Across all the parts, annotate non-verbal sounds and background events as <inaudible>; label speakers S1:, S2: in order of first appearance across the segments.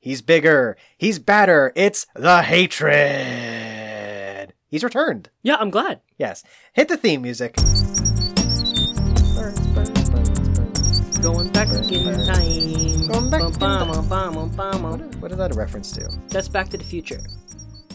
S1: He's bigger. He's badder. It's the hatred. He's returned.
S2: Yeah, I'm glad.
S1: Yes. Hit the theme music.
S2: Going back in time.
S1: Going back in
S2: Bum, bum, bum,
S1: What
S2: bum, bum.
S1: is, what is that a reference to?
S2: That's Back to the Future.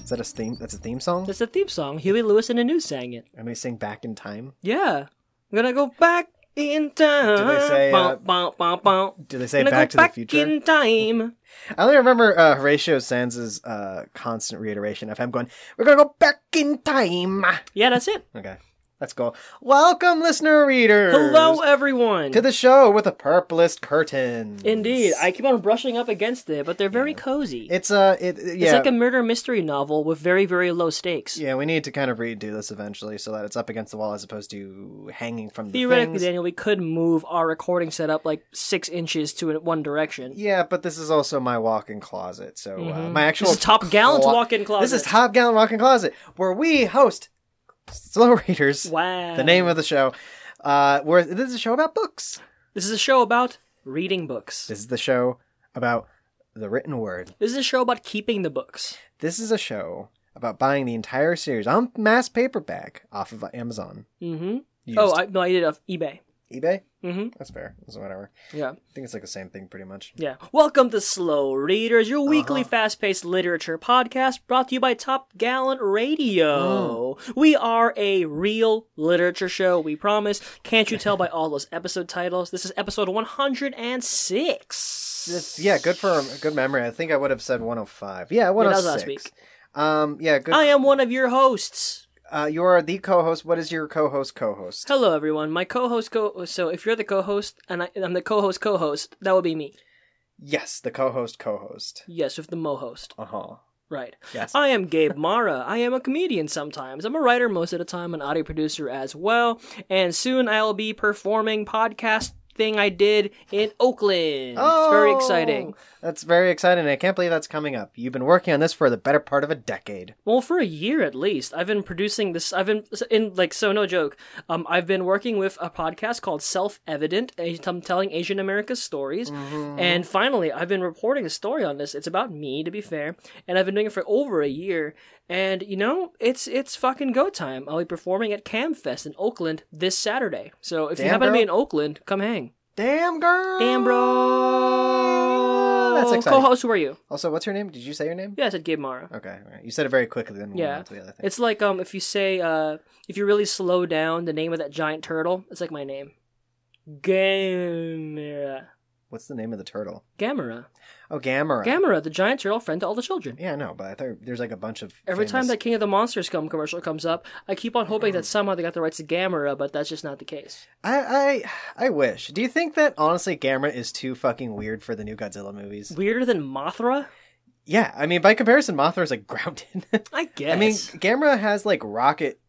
S1: Is that a theme? That's a theme song.
S2: That's a theme song. Huey Lewis and the News sang it.
S1: And they sing back in time.
S2: Yeah. I'm gonna go back in time.
S1: Do they say,
S2: Bum,
S1: uh,
S2: bum, bum, bum.
S1: Do they say
S2: Gonna
S1: Back
S2: go
S1: to
S2: back
S1: the Future?
S2: in time.
S1: I only remember uh, Horatio Sanz's uh, constant reiteration of him going, "We're gonna go back in time."
S2: Yeah, that's it.
S1: Okay, let's go. Welcome, listener readers.
S2: Hello, everyone.
S1: to the show with a purplest curtain.
S2: Indeed, I keep on brushing up against it, but they're very cozy.
S1: It's uh, it, it- yeah.
S2: It's like a murder mystery novel with very, very low stakes.
S1: yeah, we need to kind of redo this eventually so that it's up against the wall as opposed to hanging from the
S2: Theoretically,
S1: things.
S2: Daniel, we could move our recording setup like six inches to one direction.
S1: Yeah, but this is also my walk-in closet, so uh,
S2: Mhm.
S1: my actual
S2: This is Top Gallant's
S1: clo-
S2: walk-in closet.
S1: This is Top Gallant Walk-in Closet, where we host Slow Readers.
S2: Wow.
S1: the name of the show. Uh, where this is a show about books.
S2: This is a show about reading books.
S1: This is the show about the written word.
S2: This is a show about keeping the books.
S1: This is a show about buying the entire series on mass paperback off of Amazon.
S2: Mm-hmm.
S1: Used.
S2: Oh, I, no, I did it off eBay.
S1: eBay.
S2: Mm-hmm.
S1: That's fair. That's whatever.
S2: Yeah.
S1: I think it's like the same thing, pretty much.
S2: Yeah. <laughs> Uh-huh. Welcome to Slow Readers, your weekly fast paced literature podcast brought to you by Top Gallant Radio. We are a real literature show, we promise. Can't you tell by all those episode titles? This is episode 106.
S1: This- yeah, good for a good memory. I think I would have said 105. Yeah,
S2: Yeah,
S1: 106.
S2: that was last week.
S1: Um, yeah, good.
S2: I am one of your hosts.
S1: Uh, you are the co-host. What is your co-host? Co-host.
S2: Hello, everyone. My co host, co. So if you're the co host and I, I'm the co host, co host, that would be me.
S1: Yes, the co-host. Co-host.
S2: Yes, with the mo host.
S1: Uh huh.
S2: Right.
S1: Yes.
S2: I am Gabe Mara. I am a comedian sometimes. I'm a writer most of the time, an audio producer as well. And soon I'll be performing podcast thing I did in Oakland. It's very exciting.
S1: Oh, That's very exciting. I can't believe that's coming up. You've been working on this for the better part of a decade.
S2: Well, for a year at least, I've been producing this. I've been in like so no joke. Um, I've been working with a podcast called Self Evident. I'm telling Asian America's stories,
S1: Mm-hmm.
S2: and finally, I've been reporting a story on this. It's about me, to be fair, and I've been doing it for over a year. And you know, it's it's fucking go time. I'll be performing at Camfest in Oakland this Saturday. So if you
S1: Damn,
S2: happen to
S1: bro.
S2: be in Oakland, come hang.
S1: Damn girl.
S2: Damn, bro.
S1: That's exciting.
S2: Co-host, who are you?
S1: Also, what's your name? Did you say your name?
S2: Yeah, I said Gabe Mara.
S1: Okay, all right. you said it very quickly. Then we yeah.
S2: Yeah.
S1: on to the other thing.
S2: It's like um if you say uh if you really slow down the name of that giant turtle, it's like my name. Gamera.
S1: What's the name of the turtle?
S2: Gamera.
S1: Oh, Gamera.
S2: Gamera, the giant turtle friend to all the children.
S1: yeah, I know, but I thought there's like a bunch of
S2: Every time
S1: famous-
S2: that King of the Monsters come commercial comes up, I keep on hoping that somehow they got the rights to Gamera, but that's just not the case.
S1: I I I wish. Do you think that honestly, Gamera is too fucking weird for the new Godzilla movies?
S2: Weirder than Mothra?
S1: Yeah, I mean, by comparison, Mothra is like <laughs> grounded.
S2: I guess.
S1: I mean, Gamera has like rocket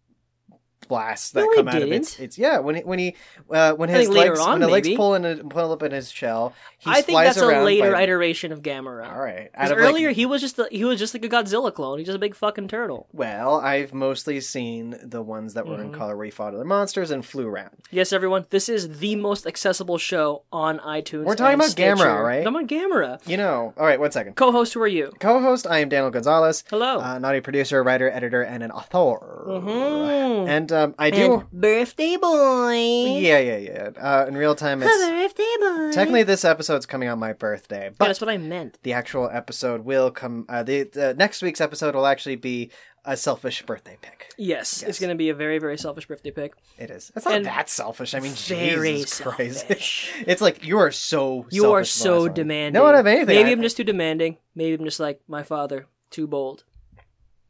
S1: blasts that
S2: No, he
S1: come out of its,
S2: didn't.
S1: its. Yeah, when it, when he uh, when
S2: I
S1: his
S2: think later
S1: legs
S2: on,
S1: when the legs
S2: maybe.
S1: pull in a, pull up in his shell, he
S2: I think
S1: flies
S2: that's a
S1: around
S2: later
S1: by-
S2: iteration of Gamera.
S1: All right, out
S2: Because
S1: of like-
S2: earlier he was just a, he was just like a Godzilla clone. He's just a big fucking turtle.
S1: Well, I've mostly seen the ones that were in
S2: Mhm.
S1: color where he fought other monsters and flew around.
S2: Yes, everyone, this is the most accessible show on iTunes.
S1: We're talking
S2: and
S1: about Gamera,
S2: Stitcher.
S1: right?
S2: I'm on Gamera.
S1: You know. All right, one second.
S2: Co host, who are you?
S1: Co-host, I am Daniel Gonzalez,
S2: Hello.
S1: uh, an audio producer, writer, editor, and an author.
S2: Mhm.
S1: And um, I do.
S2: And birthday boy.
S1: Yeah, yeah, yeah. Uh, in real time,
S2: Hello,
S1: it's
S2: birthday boy.
S1: technically this episode's coming on my birthday,
S2: Yeah,
S1: but
S2: that's what I meant.
S1: the actual episode will come. Uh, the, the next week's episode will actually be a selfish birthday pick.
S2: Yes,
S1: Yes.
S2: it's going to be a very, very selfish birthday pick.
S1: It is. It's not
S2: And
S1: that selfish. I mean,
S2: very
S1: Jesus <laughs> Christ.
S2: selfish.
S1: It's like you are so.
S2: You are
S1: selfish,
S2: so
S1: Lawson.
S2: demanding.
S1: No, I don't have anything.
S2: Maybe
S1: I,
S2: I'm just too demanding. Maybe I'm just like my father, too bold.
S1: <laughs>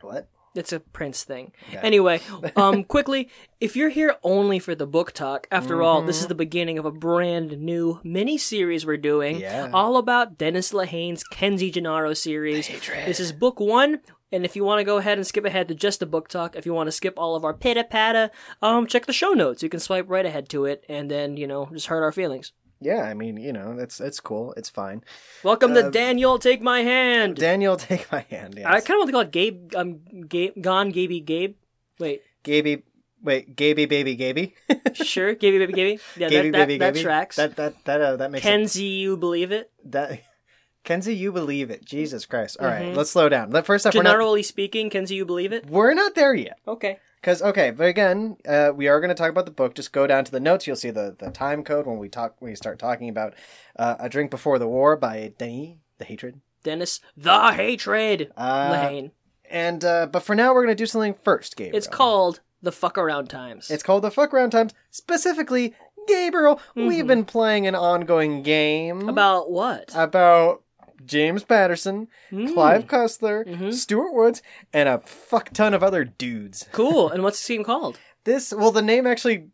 S1: What?
S2: It's a Prince thing.
S1: Okay.
S2: Anyway, um, quickly, if you're here only for the book talk, after all, this is the beginning of a brand new mini series we're doing,
S1: Yeah.
S2: all about Dennis Lehane's Kenzie Gennaro series. This is book one. And if you want to go ahead and skip ahead to just the book talk, if you want to skip all of our pitta patta, um, check the show notes. You can swipe right ahead to it, and then you know just hurt our feelings.
S1: Yeah, I mean, you know, that's it's cool. It's fine.
S2: Welcome to Daniel. Take my hand.
S1: Daniel, <laughs> take my hand. Yes.
S2: I kind of want to call it Gabe. Um, Gabe gone, Gaby, Gabe. Wait,
S1: Gaby, wait, Gaby, baby, Gaby,
S2: sure, Gaby, baby, Gaby. Yeah,
S1: Gaby,
S2: that, that,
S1: baby,
S2: that
S1: Gaby.
S2: tracks.
S1: That that that uh, that makes it,
S2: Kenzie, you believe it?
S1: that <laughs> Kenzie, you believe it. Jesus Christ. All
S2: Mm-hmm.
S1: right, let's slow down. Let- First off, we're not,
S2: Generally speaking, Kenzie, you believe it?
S1: we're not there yet.
S2: Okay.
S1: Because, okay, but again, uh, we are going to talk about the book. Just go down to the notes. You'll see the, the time code when we talk when we start talking about uh, A Drink Before the War by Denis the Hatred.
S2: Dennis, the hatred.
S1: Uh,
S2: Lehane.
S1: and uh, But for now, we're going to do something first, Gabriel.
S2: It's called the fuck around times.
S1: It's called the Fuck Around Times. Specifically, Gabriel,
S2: Mm-hmm.
S1: we've been playing an ongoing game
S2: about what?
S1: about James Patterson,
S2: Mm.
S1: Clive Cussler,
S2: Mhm.
S1: Stuart Woods, and a fuck ton of other dudes.
S2: Cool. And what's the game called?
S1: This, well, the name actually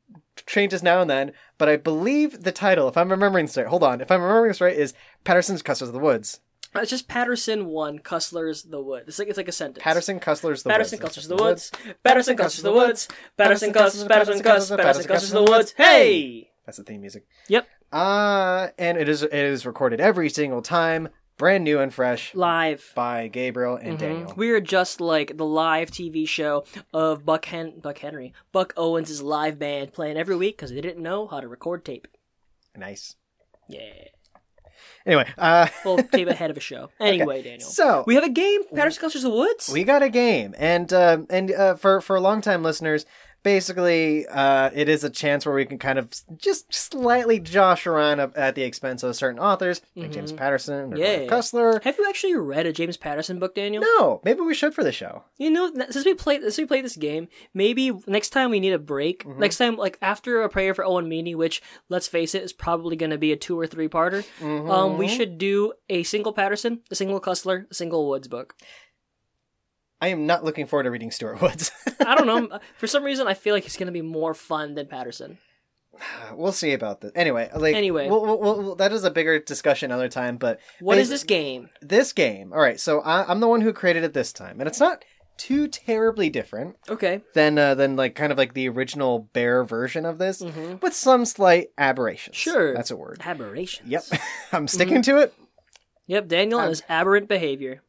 S1: changes now and then, but I believe the title, if I'm remembering this right, hold on, if I'm remembering this right, is Patterson's Cussler's of the Woods.
S2: Uh, It's just Patterson one, Cussler's the Wood. It's like it's like a sentence.
S1: Patterson Cussler's the
S2: Patterson
S1: Woods.
S2: Cussler's the Woods. Patterson Cussler's the Woods. Patterson Cuss. Patterson Cuss. Patterson Cussler's the Woods. Hey.
S1: That's the theme music.
S2: Yep.
S1: Uh, and it is it is recorded every single time, brand new and fresh,
S2: Live.
S1: by Gabriel and
S2: Mm-hmm.
S1: Daniel.
S2: We are just like the live TV show of Buck Hen- Buck Henry, Buck Owens' live band playing every week because they didn't know how to record tape.
S1: Nice.
S2: Yeah,
S1: Anyway, uh,
S2: well, tape ahead of a <laughs> show. Anyway, Daniel,
S1: so
S2: we have a game. Patterson Cussler's the Woods.
S1: We got a game, and um, and uh, for for longtime listeners, basically, uh, it is a chance where we can kind of s- just slightly josh around a- at the expense of certain authors, like James Patterson or
S2: Mm-hmm. Yeah.
S1: Clive Cussler.
S2: have you actually read a James Patterson book, Daniel?
S1: No, maybe we should for the show.
S2: You know, th- since we played since we played this game, maybe next time we need a break. Next time, like after a prayer for Owen Meany, which let's face it is probably going to be a two or three parter. Um, we should do a single Patterson, a single Cussler, a single Woods book.
S1: I am not looking forward to reading Stuart
S2: <laughs>
S1: Woods. <laughs> Uh,
S2: I don't know. For some reason, I feel like it's going to be more fun than Patterson.
S1: we'll see about this. Anyway, like
S2: Anyway.
S1: we'll, we'll, we'll- that is a bigger discussion another time. But
S2: What is
S1: basi-
S2: this game?
S1: This game. All right, so I, I'm the one who created it this time, and it's not too terribly different.
S2: Okay.
S1: than uh, than like kind of like the original bear version of this
S2: Mhm.
S1: with some slight aberrations.
S2: Sure.
S1: That's a word.
S2: Aberrations. <laughs>
S1: Yep. <laughs> I'm sticking to it.
S2: Yep. Daniel and
S1: Ab-
S2: his aberrant behavior.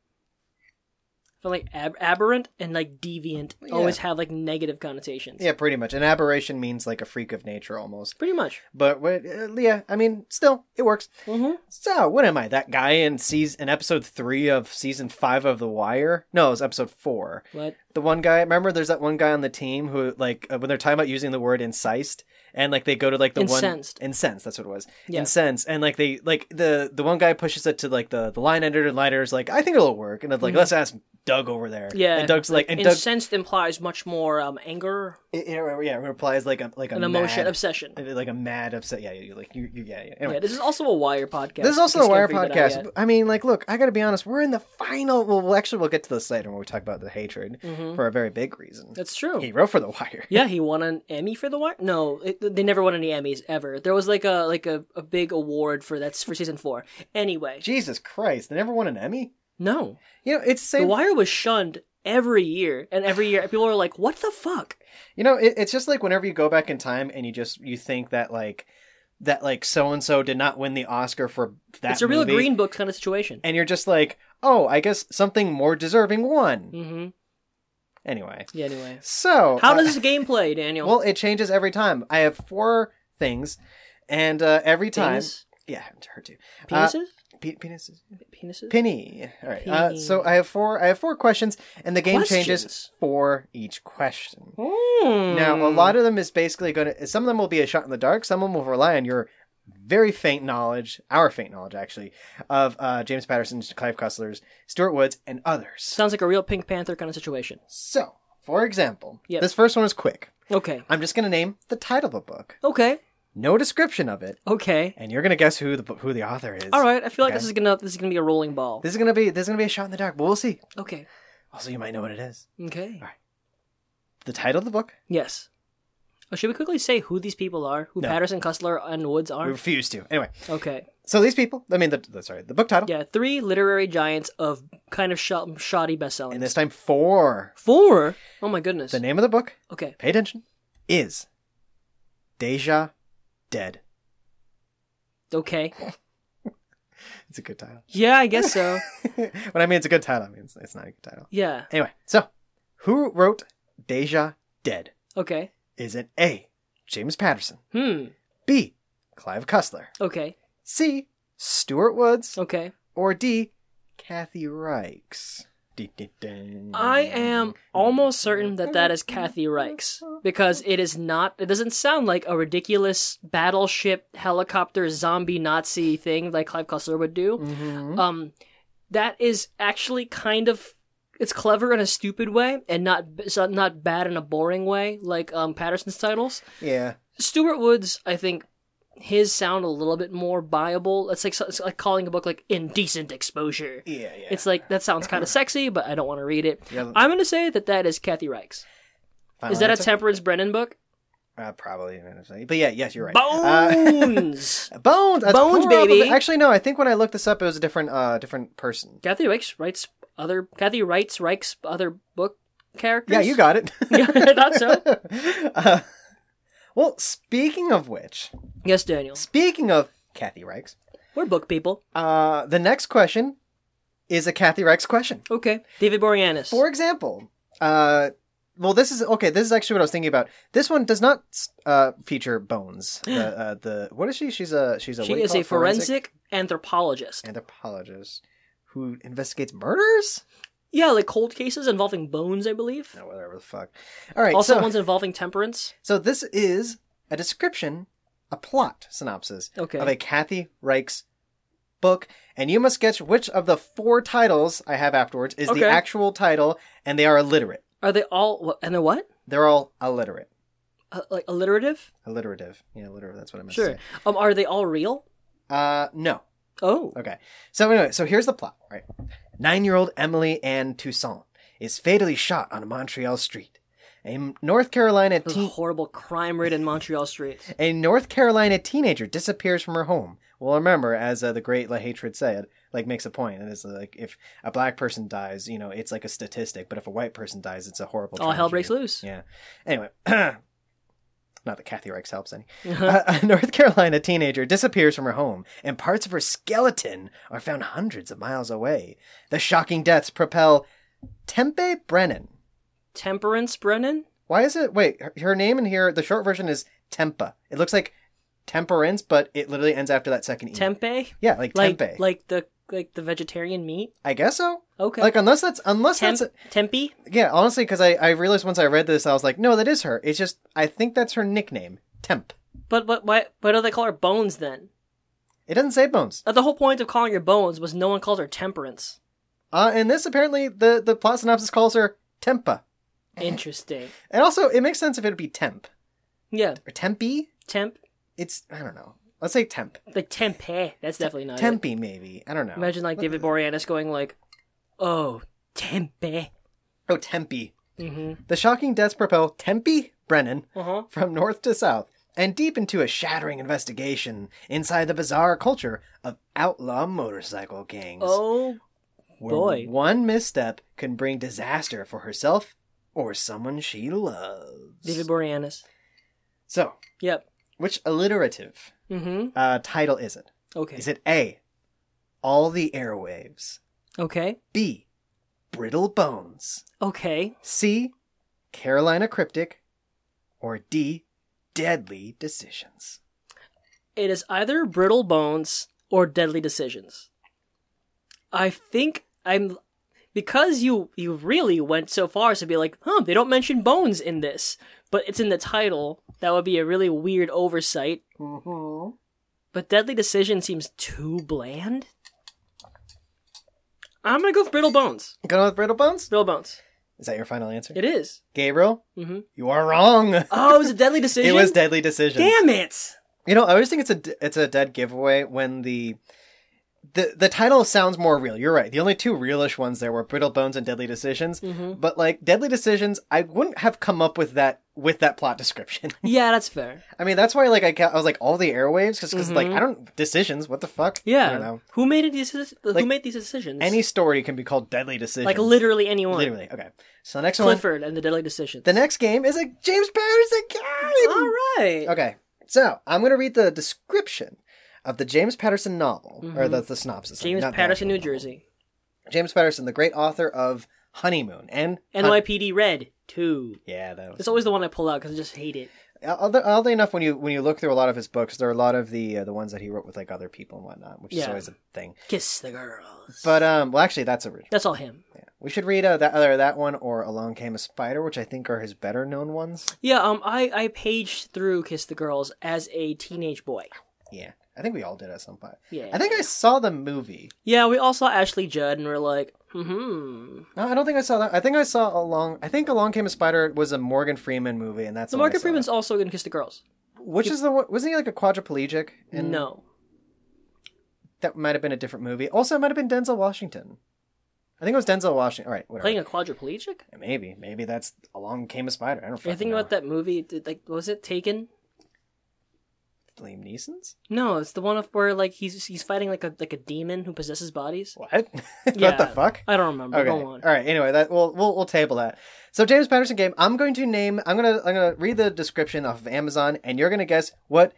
S2: I feel like ab- aberrant and like deviant always have like negative connotations.
S1: Yeah, pretty much. An aberration means like a freak of nature almost.
S2: Pretty much.
S1: But what uh, Leah, I mean, still it works.
S2: Mm-hmm.
S1: So, what am I? That guy in season in episode 3 of season 5 of The Wire? No, it was episode 4.
S2: What?
S1: The one guy, remember there's that one guy on the team who like uh, when they're talking about using the word incensed and like they go to like the
S2: Incensed.
S1: one incensed, that's what it was.
S2: Yeah.
S1: Incensed and like they like the the one guy pushes it to like the the line editor and line editor's like I think it'll work and they're like let's ask Doug over there.
S2: Mm-hmm. Yeah,
S1: And Doug's like and Doug
S2: Incensed implies much more um, anger,
S1: yeah, yeah, replies like a like a
S2: an emotion,
S1: mad-
S2: obsession.
S1: like a mad upset. Yeah, you like you, you yeah, yeah. Anyway.
S2: Yeah, this is also a Wire podcast.
S1: This is also
S2: In
S1: the
S2: case
S1: Wire
S2: everybody
S1: podcast.
S2: yet.
S1: I mean, like, look, I got to be honest. We're in the final. Well, we'll- actually, we'll get to this later when we talk about the hatred for a very big reason.
S2: Mm-hmm. That's true.
S1: He wrote for the Wire.
S2: yeah, he won an Emmy for the Wire. No, it, they never won any Emmys ever. There was like a like a, a big award for that's for season four. Anyway,
S1: Jesus Christ, they never won an Emmy.
S2: no,
S1: You know, it's the
S2: the
S1: same.
S2: Wire was shunned every year, and every year people are like, "What the fuck?"
S1: you know, it, it's just like whenever you go back in time and you just you think that like that like so and so did not win the Oscar for that.
S2: It's a real
S1: movie,
S2: Green Book kind of situation.
S1: and you're just like, oh, I guess something more deserving won.
S2: Mm-hmm.
S1: Anyway,
S2: Yeah. Anyway,
S1: so
S2: how
S1: uh,
S2: does this game play, Daniel?
S1: well it changes every time. I have four things, and uh, every time,
S2: Penis?
S1: yeah, her too. Uh,
S2: penises,
S1: Pe- penises,
S2: penises,
S1: penny. All right. Uh, so I have four. I have four questions, and the game changes
S2: Questions.
S1: for each question.
S2: Hmm.
S1: Now, a lot of them is basically going to. Some of them will be a shot in the dark. Some of them will rely on your very faint knowledge, our faint knowledge actually, of uh, James Patterson's, Clive Cussler's, Stuart Woods, and others.
S2: Sounds like a real Pink Panther kind of situation.
S1: So, for example,
S2: Yep.
S1: this first one is quick.
S2: Okay.
S1: I'm just going to name the title of a book,
S2: Okay.
S1: no description of it,
S2: Okay.
S1: and you're going to guess who the bo- who the author is.
S2: All right. I feel like
S1: Okay.
S2: this is gonna this is gonna be a rolling ball.
S1: This is going to be this is going to be a shot in the dark, but we'll see.
S2: Okay.
S1: Also, you might know what it is.
S2: Okay.
S1: The title of the book.
S2: Yes. Oh, should we quickly say who these people are? Who
S1: No.
S2: Patterson, Cussler, and Woods
S1: We
S2: are?
S1: refuse to. Anyway,
S2: Okay.
S1: so these people. I mean, the, the sorry, the book title,
S2: Yeah, three literary giants of kind of sho- shoddy bestsellers.
S1: and this time four.
S2: Four. Oh my goodness.
S1: The name of the book.
S2: Okay.
S1: pay attention, is Deja Dead.
S2: Okay.
S1: It's a good title.
S2: Yeah, I guess so.
S1: <laughs> when I mean it's a good title, I mean it's, it's not a good title.
S2: yeah.
S1: Anyway, so who wrote Deja Dead?
S2: Okay.
S1: Is it A. James Patterson,
S2: Hmm.
S1: B. Clive Cussler,
S2: Okay.
S1: C. Stuart Woods,
S2: Okay.
S1: Or D, Kathy Reichs. Dee-dee-dang.
S2: I am almost certain that that is Kathy Reichs because it is not. It doesn't sound like a ridiculous battleship helicopter zombie Nazi thing like Clive Cussler would do.
S1: Mhm.
S2: Um, that is actually kind of it's clever in a stupid way and not it's not- not bad in a boring way like um Patterson's titles.
S1: Yeah.
S2: Stuart Woods, I think his sound a little bit more buyable. It's like it's like calling a book like indecent exposure.
S1: Yeah, yeah.
S2: It's like that sounds
S1: <laughs>
S2: kind of sexy, but I don't want to read it.
S1: Yeah,
S2: I'm gonna say that that is Kathy Reichs.
S1: final
S2: Is that a
S1: answer?
S2: Temperance Brennan book?
S1: Uh, probably. I don't know. But yeah, yes, you're right. Uh, <laughs>
S2: Bones.
S1: Bones, that's
S2: Bones,
S1: probably-
S2: baby.
S1: Actually, no. I think when I looked this up, it was a different, uh, different person.
S2: Kathy Reichs writes other. Kathy writes Reichs other book characters.
S1: Yeah, you got it.
S2: <laughs> Yeah, I thought so.
S1: <laughs> Uh, well, speaking of which,
S2: Yes, Daniel.
S1: speaking of Kathy Reichs,
S2: We're book people.
S1: uh, the next question is a Kathy Reichs question.
S2: Okay. David Boreanaz.
S1: For example, uh, well, this is okay. This is actually what I was thinking about. This one does not uh, feature Bones.
S2: <gasps>
S1: The, uh, the what is she? She's a she's a what
S2: she
S1: do you
S2: is
S1: call
S2: a
S1: it?
S2: forensic, anthropologist.
S1: anthropologist who investigates murders.
S2: Yeah, like cold cases involving bones, I believe.
S1: No, whatever the fuck. All right.
S2: also,
S1: so,
S2: ones involving temperance.
S1: so this is a description, a plot synopsis
S2: Okay.
S1: of a Kathy Reichs book, and you must guess which of the four titles I have afterwards is
S2: Okay.
S1: the actual title, and they are illiterate.
S2: Are they all? wha- And they're what?
S1: They're all illiterate.
S2: Uh, like alliterative?
S1: Alliterative. Yeah, alliterative. That's what I meant to
S2: Sure.
S1: say.
S2: Um, are they all real?
S1: Uh, no.
S2: Oh.
S1: Okay. So anyway, so here's the plot, right? Nine-year-old Emily Ann Toussaint is fatally shot on a Montreal street. A m- North Carolina
S2: Those
S1: teen-
S2: horrible crime ridden Montreal
S1: <laughs>
S2: streets.
S1: a North Carolina teenager disappears from her home. Well, remember, as uh, the great La Hatred said, like makes a point, and it's like if a black person dies, you know, it's like a statistic, but if a white person dies, it's a horrible.
S2: All hell
S1: tragedy.
S2: breaks loose.
S1: Yeah. Anyway, <clears throat> not that Kathy Reichs helps
S2: <laughs>
S1: any. <laughs> A, a North Carolina teenager disappears from her home, and parts of her skeleton are found hundreds of miles away. The shocking deaths propel Tempe Brennan.
S2: Temperance Brennan?
S1: Why is it? Wait, her, her name in here, the short version is Tempa. It looks like temperance, but it literally ends after that second E.
S2: Tempe?
S1: yeah, like,
S2: Like
S1: Tempe.
S2: like the like the vegetarian meat?
S1: I guess so.
S2: Okay.
S1: Like, unless that's, unless
S2: Temp-
S1: that's,
S2: Tempe?
S1: yeah, honestly, because I, I realized once I read this, I was like, no, that is her. It's just, I think that's her nickname, Temp.
S2: But but why why do they call her bones then?
S1: It doesn't say bones.
S2: Uh, The whole point of calling her bones was no one called her temperance.
S1: Uh, and this apparently, the, the plot synopsis calls her Tempa.
S2: Interesting.
S1: And also, it makes sense if it'd be Temp.
S2: Yeah.
S1: Or Tempe?
S2: Temp
S1: It's, I don't know. Let's say Temp.
S2: like tempe. That's definitely not it.
S1: Tempe, maybe. I don't know.
S2: Imagine like David Boreanaz going like, "Oh, tempe."
S1: Oh, Tempe.
S2: hmm
S1: The shocking deaths propel Tempe Brennan
S2: Uh-huh.
S1: from north to south and deep into a shattering investigation inside the bizarre culture of outlaw motorcycle gangs.
S2: Oh,
S1: where
S2: boy.
S1: One misstep can bring disaster for herself or someone she loves.
S2: David Boreanaz.
S1: so,
S2: Yep.
S1: which alliterative
S2: Mm-hmm.
S1: uh, title is it?
S2: Okay.
S1: Is it A, All the Airwaves?
S2: okay.
S1: B, Brittle Bones?
S2: Okay.
S1: C, Carolina Cryptic? Or D, Deadly Decisions?
S2: It is either brittle bones or deadly decisions. I think I'm because you you really went so far as to be like, huh, they don't mention bones in this, but it's in the title. That would be a really weird oversight.
S1: Mm-hmm.
S2: But Deadly Decision seems too bland. I'm gonna go with Brittle Bones.
S1: Going with brittle bones?
S2: Brittle Bones.
S1: Is that your final answer?
S2: It is.
S1: Gabriel,
S2: Mm-hmm.
S1: you are wrong.
S2: Oh, it was a Deadly Decision.
S1: <laughs> It was deadly decision.
S2: Damn it!
S1: You know, I always think it's a d- it's a dead giveaway when the the the title sounds more real. You're right. The only two realish ones there were Brittle Bones and Deadly Decisions.
S2: Mhm.
S1: But like Deadly Decisions, I wouldn't have come up with that with that plot description. <laughs>
S2: Yeah, that's fair.
S1: I mean, that's why like I, ca- I was like all the airwaves because like
S2: Mhm.
S1: I don't decisions. What the fuck?
S2: Yeah.
S1: I don't know.
S2: Who made these?
S1: Like,
S2: who made these decisions?
S1: Any story can be called Deadly Decision.
S2: like literally anyone.
S1: literally. Okay. So the next one.
S2: Clifford and the Deadly Decisions.
S1: The next game is a James Patterson game.
S2: All right.
S1: Okay, so I'm going to read the description of the James Patterson novel, or
S2: Mhm.
S1: the, the synopsis. I mean,
S2: James
S1: not the actual
S2: Patterson, New
S1: novel.
S2: Jersey.
S1: James Patterson, the great author of Honeymoon and Hun-
S2: NYPD Red Two.
S1: yeah, that was
S2: It's always the one I pull out because I just hate it.
S1: Oddly oddly enough, when you when you look through a lot of his books, there are a lot of the uh, the ones that he wrote with like other people and whatnot, which is
S2: Yeah.
S1: always a thing.
S2: Kiss the girls.
S1: But um, well, actually, that's original.
S2: that's all him.
S1: We should read uh, that either that one or Along Came a Spider, which I think are his better known ones.
S2: Yeah, um, I I paged through Kiss the Girls as a teenage boy.
S1: Yeah, I think we all did at some point.
S2: Yeah,
S1: I think I saw the movie.
S2: yeah, we all saw Ashley Judd and we're like, hmm.
S1: No, I don't think I saw that. I think I saw Along. I think Along Came a Spider was a Morgan Freeman movie, and that's
S2: So
S1: the one I
S2: Morgan
S1: saw.
S2: Freeman's also in Kiss the Girls.
S1: Which is the one? Wasn't he like a quadriplegic? And
S2: No,
S1: that might have been a different movie. Also, it might have been Denzel Washington. I think it was Denzel Washington. All right, whatever.
S2: playing a quadriplegic.
S1: Maybe, maybe that's Along Came a Spider. I don't.
S2: I
S1: fucking
S2: think
S1: know.
S2: about that movie. Did, like, was it Taken?
S1: Liam Neeson's.
S2: No, it's the one of where like he's he's fighting like a like a demon who possesses bodies.
S1: What? <laughs>
S2: Yeah.
S1: what the fuck?
S2: I don't remember.
S1: Okay.
S2: Go
S1: All
S2: on.
S1: right. Anyway, that we'll, we'll we'll table that. So James Patterson game. I'm going to name. I'm gonna I'm gonna read the description off of Amazon, and you're gonna guess what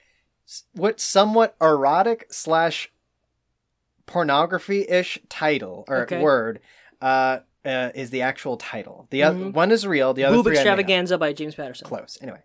S1: what somewhat erotic slash pornography ish title or
S2: Okay.
S1: word uh, uh, is the actual title. The oth-
S2: Mhm.
S1: one is real. The other
S2: Boob
S1: three I made up.
S2: Extravaganza by James Patterson.
S1: Close. Anyway.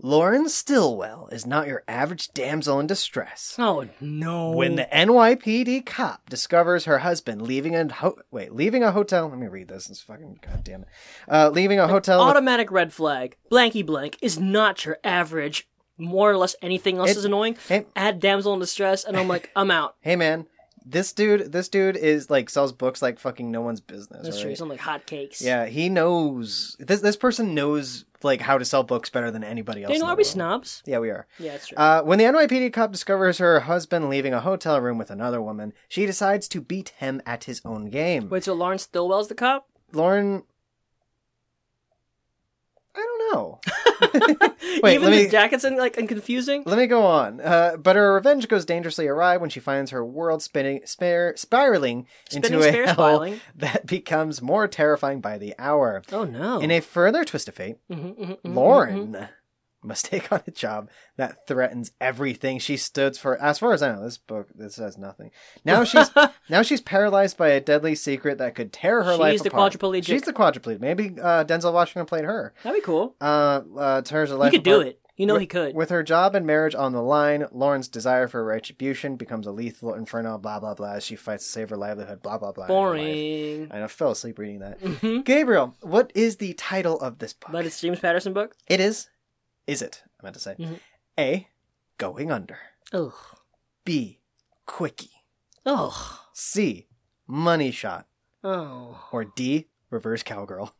S1: Lauren Stillwell is not your average damsel in distress.
S2: Oh no!
S1: When the NYPD cop discovers her husband leaving a ho- wait leaving a hotel, let me read this. It's fucking goddamn it. Uh, leaving a hotel. with-
S2: automatic red flag, blanky blank is not your average. More or less anything else
S1: It-
S2: is annoying.
S1: it-
S2: Add damsel in distress, and
S1: <laughs>
S2: I'm like, I'm out.
S1: hey man, this dude, this dude is like sells books like fucking no one's business.
S2: That's
S1: right?
S2: true. It's on like hotcakes.
S1: Yeah, he knows this. This person knows like how to sell books better than anybody else.
S2: Daniel,
S1: in the
S2: are we
S1: world.
S2: snobs?
S1: Yeah, we are.
S2: Yeah, that's true.
S1: Uh, when the NYPD cop discovers her husband leaving a hotel room with another woman, she decides to beat him at his own game.
S2: Wait, so Lawrence Stillwell's the cop? <laughs>
S1: Lauren, I don't know. Wait,
S2: Even
S1: let
S2: the
S1: me-
S2: jackets and like and confusing.
S1: Let me go on. Uh, but her revenge goes dangerously awry when she finds her world spinning, spir- spiraling
S2: Spinning,
S1: into a
S2: spare,
S1: hell
S2: spiraling.
S1: that <laughs> becomes more terrifying by the hour.
S2: Oh no!
S1: In a further twist of fate,
S2: Mhm, mhm, mhm, mhm.
S1: Lauren
S2: mm-hmm.
S1: <laughs> must take on a job that threatens everything she stood for. As far as I know, this book this says nothing. Now
S2: <laughs>
S1: she's now she's paralyzed by a deadly secret that could tear her
S2: She's
S1: life
S2: the
S1: apart.
S2: quadriplegic.
S1: She's the quadriplegic. Maybe uh, Denzel Washington played her.
S2: That'd be cool.
S1: Uh, uh, tears her
S2: He
S1: life.
S2: could do
S1: apart.
S2: it. You know
S1: With-
S2: he could.
S1: With her job and marriage on the line, Lauren's desire for retribution becomes a lethal inferno, blah, blah, blah, as she fights to save her livelihood, blah, blah, blah. in her life.
S2: Boring. <laughs>
S1: I know, fell asleep reading that.
S2: Mhm.
S1: Gabriel, what is the title of this book?
S2: But it's James Patterson book.
S1: It is, is it, I meant to say.
S2: Mhm.
S1: A, Going Under.
S2: Ugh.
S1: B, Quickie.
S2: Ugh.
S1: C, Money Shot.
S2: Oh.
S1: Or D, Reverse Cowgirl.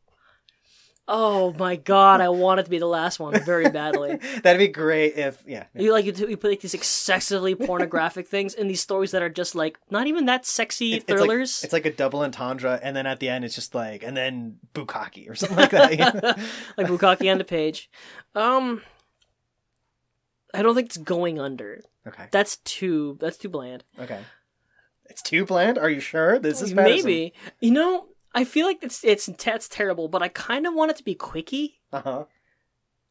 S2: Oh my god, I want it to be the last one very badly.
S1: <laughs> That'd be great if, yeah.
S2: You like you, t- you put like these excessively pornographic things in these stories that are just like not even that sexy
S1: It's- it's like-
S2: thrillers.
S1: It's like a double entendre, and then at the end, it's just like, and then Bukaki or something like that.
S2: <laughs> like Bukaki on the page. Um I don't think it's going under.
S1: okay.
S2: That's too that's too bland.
S1: Okay. It's too bland? Are you sure? This is Patterson.
S2: Maybe. You know, I feel like it's it's that's terrible, but I kind of want it to be quickie.
S1: Uh-huh.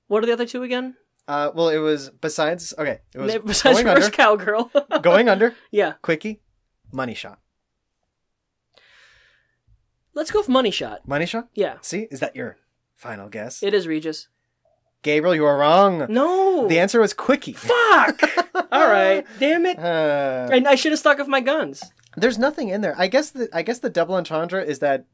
S2: What are the other two again?
S1: Uh well it was besides okay, it was
S2: Besides
S1: going
S2: Reverse <laughs>
S1: under,
S2: Cowgirl.
S1: going under,
S2: yeah.
S1: quickie, money shot.
S2: Let's go with Money Shot.
S1: Money shot?
S2: Yeah.
S1: See? Is that your final guess?
S2: It is Regis.
S1: Gabriel, you are wrong. <laughs>
S2: No.
S1: The answer was quickie. <laughs>
S2: Fuck! <laughs> All right, damn it!
S1: Uh,
S2: And I should have stuck with my guns.
S1: there's nothing in there. I guess the I guess the double entendre is that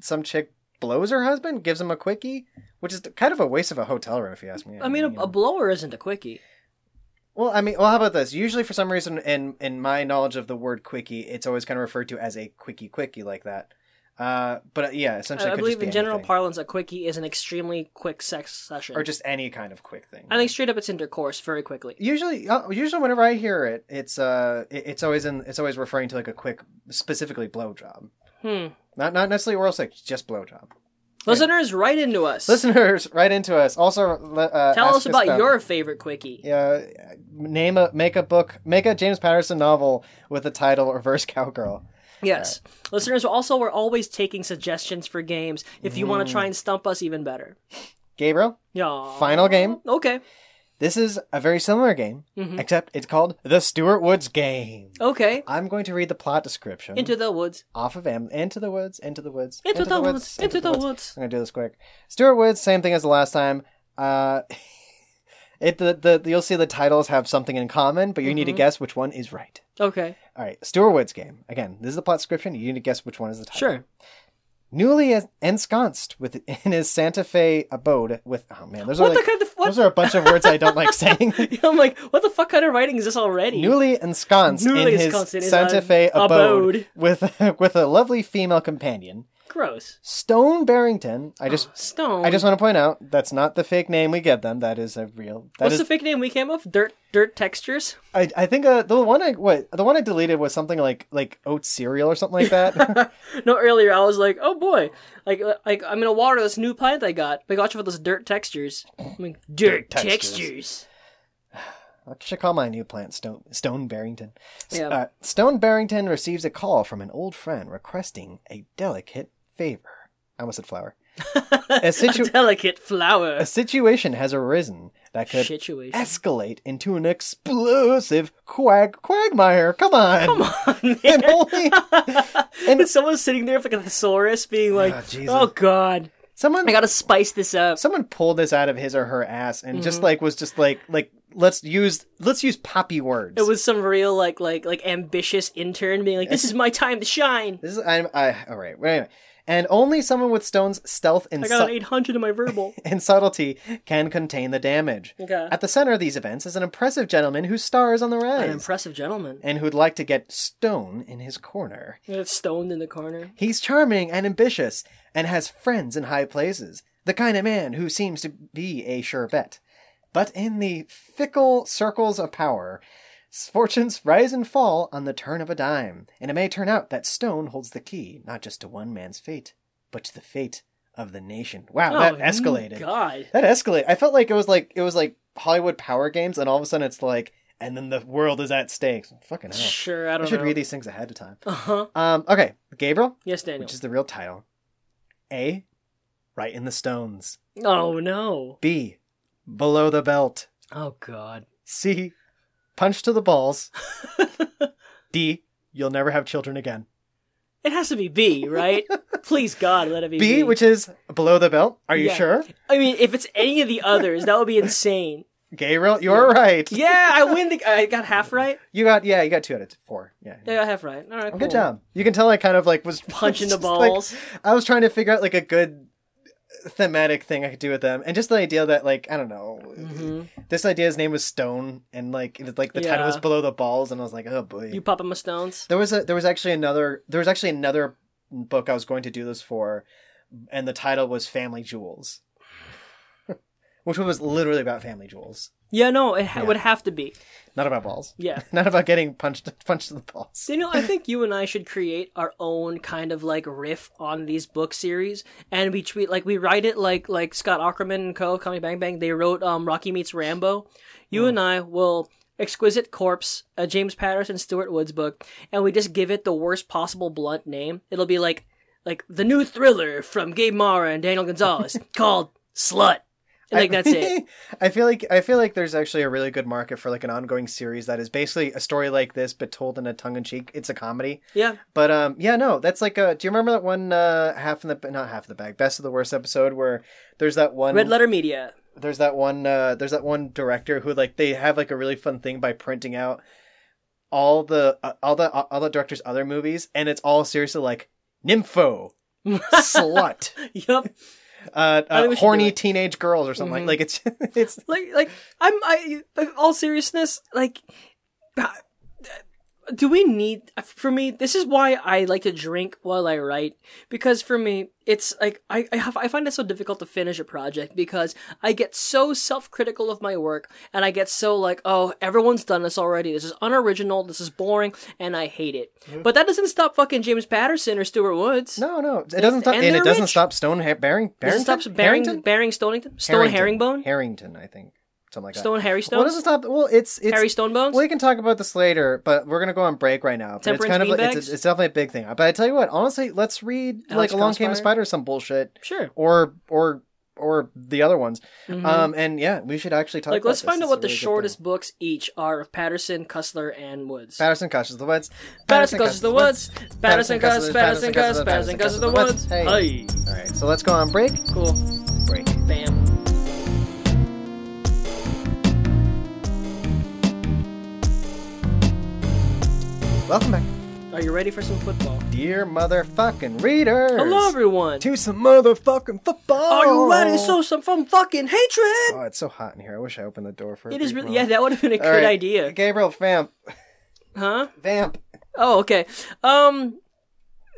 S1: some chick blows her husband, gives him a quickie, which is kind of a waste of a hotel room if you ask me.
S2: I mean, a,
S1: you
S2: a
S1: know.
S2: blower isn't a quickie.
S1: Well, I mean, well, how about this? Usually, for some reason, in in my knowledge of the word "quickie," it's always kind of referred to as a "quickie quickie" like that. Uh, but uh, yeah, essentially,
S2: I,
S1: it
S2: I
S1: could
S2: believe
S1: just be
S2: in general
S1: anything.
S2: parlance, a quickie is an extremely quick sex session.
S1: or just any kind of quick thing.
S2: I think straight up it's intercourse very quickly.
S1: usually, uh, usually, whenever I hear it, it's uh, it- it's always in it's always referring to like a quick, specifically blowjob.
S2: Hmm.
S1: Not not necessarily oral sex, just blowjob. <laughs>
S2: Listeners, write into us.
S1: Listeners, write into us. Also, uh,
S2: Tell
S1: ask
S2: us about
S1: them-
S2: your favorite quickie.
S1: Yeah, uh, name a make a book, make a James Patterson novel with the title "Reverse Cowgirl."
S2: Yes. Listeners, also, we're always taking suggestions for games. If you want to try and stump us, even better.
S1: Gabriel,
S2: Yeah.
S1: Mm. final game.
S2: Okay.
S1: This is a very similar game,
S2: Mhm.
S1: except it's called The Stuart Woods Game.
S2: Okay.
S1: I'm going to read the plot description
S2: Oh. Into the woods.
S1: off of Am- Into the Woods, Into the Woods,
S2: Into, the, woods. Into the woods.
S1: I'm going to do this quick. Stuart Woods, same thing as the last time. Uh, <laughs> It the, the you'll see the titles have something in common, but you
S2: Mm-hmm.
S1: need to guess which one is right.
S2: Okay.
S1: All right, Stuart Wood's game. Again, this is the plot description. You need to guess which one is the title.
S2: Sure.
S1: Newly en- ensconced with <laughs> in his Santa Fe abode with. Oh man, those are
S2: What
S1: like,
S2: the kind of what?
S1: those are a bunch of words I don't
S2: <laughs>
S1: like saying.
S2: <laughs> I'm like, what the fuck kind of writing is this already?
S1: Newly ensconced
S2: Newly
S1: in his
S2: ensconced in his,
S1: Santa
S2: uh,
S1: Fe abode,
S2: abode.
S1: with <laughs> with a lovely female companion,
S2: Gross.
S1: Stone Barrington. I just
S2: Stone.
S1: I just want to point out that's not the fake name we give them. That is a real. That
S2: What's
S1: is.
S2: the fake name we came up? with? Dirt, dirt textures. <laughs>
S1: I I think uh, the one I what the one I deleted was something like like oat cereal or something like
S2: <laughs>
S1: that.
S2: No, earlier I was like, oh boy, like uh, like I'm gonna water this new plant I got. But I got you for those dirt textures. I'm like,
S1: Dirt
S2: dirt,
S1: textures.
S2: textures.
S1: I should call my new plant Stone Stone Barrington. S-
S2: Yeah.
S1: Uh, Stone Barrington receives a call from an old friend requesting a delicate favor. I almost said
S2: <laughs>
S1: flower. A,
S2: A
S1: situ-
S2: <laughs> delicate flower.
S1: a situation has arisen that could
S2: Situation.
S1: escalate into an explosive quag quagmire. Come on.
S2: Come
S1: <laughs>
S2: on, man.
S1: And only
S2: <laughs>
S1: and-
S2: And someone's sitting there <laughs> with like a thesaurus, being like,
S1: Ah, Jesus.
S2: "Oh God,
S1: someone
S2: I gotta spice this up."
S1: someone pulled this out of his or her ass and
S2: Mm-hmm.
S1: just like was just like like let's use let's use poppy words.
S2: It was some real like like like ambitious intern being like, "This is my time to
S1: <laughs>
S2: shine."
S1: this is I'm I all right. Well, Anyway, and only someone with Stone's stealth and
S2: I got
S1: su-
S2: an 800 in my verbal.
S1: and subtlety can contain the damage.
S2: Okay.
S1: At the center of these events is an impressive gentleman whose star is on the rise
S2: An impressive gentleman.
S1: and who'd like to get Stone in his corner.
S2: It's stoned in the corner.
S1: He's charming and ambitious and has friends in high places, the kind of man who seems to be a sure bet. But in the fickle circles of power, fortunes rise and fall on the turn of a dime, and it may turn out that Stone holds the key not just to one man's fate, but to the fate of the nation.
S2: Oh,
S1: Wow, that escalated.
S2: God.
S1: That escalated. I felt like it was like it was like Hollywood Power Games, and all of a sudden it's like, and then the world is at stake. Fucking hell!
S2: Sure, I
S1: I
S2: don't
S1: should
S2: know.
S1: read these things ahead of time.
S2: Uh huh.
S1: Um, okay, Gabriel,
S2: Yes, Daniel.
S1: which is the real title. A, right in the stones.
S2: Oh no.
S1: B, below the belt.
S2: Oh
S1: <laughs>
S2: God.
S1: C, punch to the balls. D, you'll never have children again.
S2: It has to be B, right? Please God, let it be
S1: B, which is below the belt. Are you
S2: Yeah.
S1: sure?
S2: I mean, if it's any of the others, that would be insane.
S1: Gabriel, you're right.
S2: Yeah, I win. The, I got half right.
S1: You got yeah, you got two out of four. Yeah.
S2: Yeah, I got half right. All right, cool.
S1: Good job. You can tell I kind of like was <laughs>
S2: Punching the
S1: just, like,
S2: balls.
S1: I was trying to figure out like a good thematic thing I could do with them, and just the idea that like I don't know,
S2: Mhm.
S1: this idea's name was Stone, and like it was like the title was
S2: Yeah.
S1: below the balls, and I was like, oh boy.
S2: You popping
S1: <laughs>
S2: my stones?
S1: There was a there was actually another there was actually another book I was going to do this for, and the title was Family Jewels, <laughs> which was literally about family jewels,
S2: Yeah, no, it ha-
S1: Yeah.
S2: would have to be.
S1: not about balls,
S2: Yeah.
S1: not about getting punched <laughs> punched in the balls.
S2: Daniel, I think you and I should create our own kind of like riff on these book series, and we tweet like we write it like like Scott Ackerman and Co. Comedy Bang Bang. They wrote um, Rocky meets Rambo. You and I will exquisite corpse a James Patterson Stuart Woods book, and we just give it the worst possible blunt name. It'll be like like the new thriller from Gabe Mara and Daniel Gonzalez called Slut. And like
S1: <laughs>
S2: that's it.
S1: I feel like I feel like there's actually a really good market for like an ongoing series that is basically a story like this but told in a tongue in cheek. It's a comedy.
S2: Yeah.
S1: But um, yeah, no, that's like a. Do you remember that one uh, half in the not half of the bag, best of the worst episode where there's that one
S2: Red Letter Media. <laughs>
S1: there's that one uh, there's that one director who like they have like a really fun thing by printing out all the uh, all the all the director's other movies and it's all seriously like nympho,
S2: <laughs>
S1: slut,
S2: Yup.
S1: uh,
S2: I think
S1: uh
S2: we should do
S1: horny
S2: it.
S1: teenage girls or something
S2: Mhm.
S1: like like it's it's <laughs>
S2: like like i'm i like, all seriousness like uh, do we need for me this is why i like to drink while i write because for me it's like i i, have, I find it so difficult to finish a project because i get so self-critical of my work and i get so like oh everyone's done this already this is unoriginal this is boring and i hate it but that doesn't stop fucking james patterson or stuart woods
S1: Mm-hmm. No, no, it doesn't stop.
S2: and
S1: And, it
S2: they're
S1: doesn't
S2: rich.
S1: stop Stone Har- Baring
S2: Doesn't
S1: Barrington.
S2: stop Baring,
S1: Harrington?
S2: Baring Stonington Stone
S1: Harrington.
S2: Herringbone
S1: Harrington, I think, something like that.
S2: Stone Harry Stone
S1: Well, it doesn't stop. Well, it's it's.
S2: Harry Stonebones
S1: we can talk about this later, but we're gonna go on break right now. But
S2: Temperance
S1: it's kind of like, it's,
S2: beanbags?
S1: it's definitely a big thing. But I tell you what, honestly, let's read like
S2: Alex
S1: Along Came a
S2: Crossfire?
S1: Spider, or some bullshit,
S2: sure
S1: or or or the other ones.
S2: Mhm.
S1: Um, and yeah, we should actually talk.
S2: like
S1: about
S2: let's
S1: this.
S2: find
S1: It's
S2: out
S1: a
S2: what the
S1: really good thing.
S2: shortest books each are of Patterson, Cussler, and Woods.
S1: Patterson Cushes the Woods.
S2: Patterson Cuss the Woods. Patterson Cuss, Patterson Cuss, Patterson Cuss the Woods.
S1: Hey.
S2: Hey,
S1: All right, so let's go on break.
S2: cool.
S1: Break.
S2: Bam.
S1: Welcome back,
S2: Are you ready for some football?
S1: dear motherfucking readers.
S2: Hello, everyone.
S1: To some motherfucking football.
S2: Are you ready? So some from fucking hatred.
S1: Oh, it's so hot in here. I wish I opened the door for. a
S2: It is
S1: brief
S2: really yeah.
S1: moment.
S2: That would have been a
S1: All right.
S2: good idea,
S1: Gabriel, vamp,
S2: huh?
S1: vamp.
S2: Oh, okay. Um,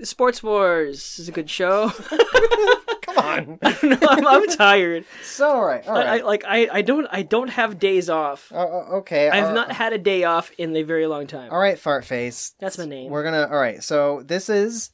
S2: Sports Wars is a good show. <laughs>
S1: Come on.
S2: no, I'm, <laughs> I'm tired.
S1: so all right, all
S2: I, I
S1: right.
S2: like I, I don't I don't have days off.
S1: Oh, oh, okay.
S2: I have
S1: all-
S2: not had a day off in a very long time.
S1: All right, fart face.
S2: That's my name.
S1: We're gonna. All right. So this is.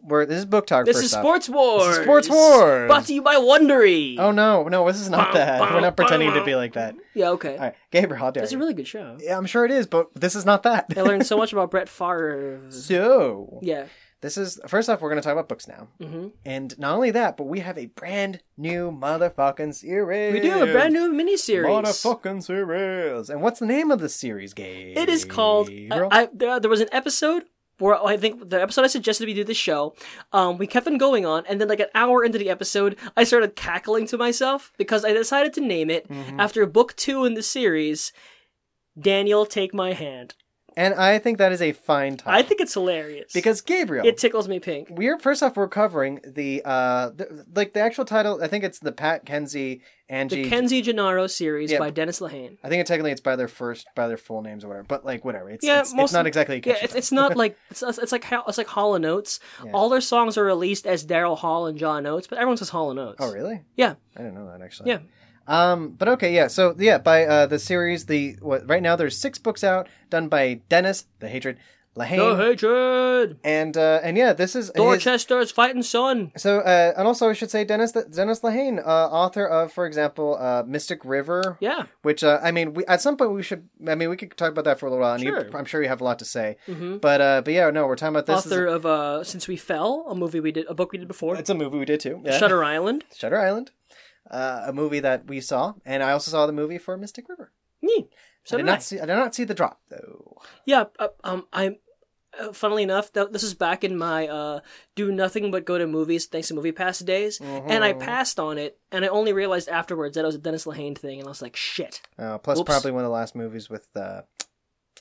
S1: We're this is book talk.
S2: This
S1: first
S2: is
S1: off.
S2: Sports Wars.
S1: This is Sports Wars.
S2: Brought to you by Wondery.
S1: Oh no, no, this is not that. We're not pretending to be like that.
S2: yeah, okay.
S1: All right, Gabriel, how dare
S2: That's a
S1: you?
S2: really good show.
S1: Yeah, I'm sure it is, but this is not that.
S2: I learned so much about Brett Favre.
S1: <laughs> so
S2: Yeah.
S1: this is first off, we're gonna talk about books now,
S2: hmm
S1: and not only that, but we have a brand new motherfucking series.
S2: We do have a brand new miniseries.
S1: motherfucking series. And what's the name of the series, Gabriel?
S2: It is called. I, I, there, there was an episode where I think the episode I suggested we do this show. Um, we kept on going on, and then like an hour into the episode, I started cackling to myself because I decided to name it
S1: Mhm.
S2: after book two in the series. Daniel, take my hand.
S1: and I think that is a fine title
S2: I think it's hilarious
S1: because Gabriel.
S2: it tickles me pink.
S1: we're first off we're covering the uh the, like the actual title i think it's the pat kenzie angie
S2: The Kenzie Gennaro series
S1: Yeah.
S2: by Dennis Lehane.
S1: i think it, technically it's by their first by their full names or whatever but like whatever it's
S2: Yeah,
S1: it's, it's
S2: most-
S1: not exactly a
S2: Yeah,
S1: catchy
S2: it's, it's
S1: <laughs>
S2: not like it's, it's like how it's like Hall and Oates.
S1: Yeah.
S2: All their songs are released as Daryl Hall and John Oates, but everyone says Hall and Oates.
S1: title. oh really
S2: Yeah.
S1: i didn't know that actually
S2: Yeah.
S1: um but okay yeah so yeah by uh the series the what right now there's six books out done by dennis the hatred lahane
S2: The hatred.
S1: and uh and yeah this is his-
S2: Dorchester's fighting son.
S1: so uh, and also I should say Dennis Dennis Lehane, uh, author of, for example, uh, Mystic River,
S2: Yeah.
S1: which uh, I mean, we, at some point we should. I mean, we could talk about that for a little while. And you,
S2: Sure.
S1: I'm sure you have a lot to say.
S2: Mhm.
S1: But uh, but yeah, no, we're talking about this. is-
S2: Author of uh, Since We Fell, a movie we did, a book we did before.
S1: it's a movie we did too. Yeah.
S2: Shutter Island.
S1: Shutter Island, uh, a movie that we saw, and I also saw the movie for Mystic River.
S2: Neat. So
S1: I did
S2: did I.
S1: not see. I did not see the drop though.
S2: Yeah. Uh, um. I'm. Uh, funnily enough, th- this is back in my uh, do nothing but go to movies thanks to Movie Pass days, and I passed on it, and I only realized afterwards that it was a Dennis Lehane thing, and I was like, shit.
S1: Uh, plus,
S2: Whoops.
S1: probably one of the last movies with uh,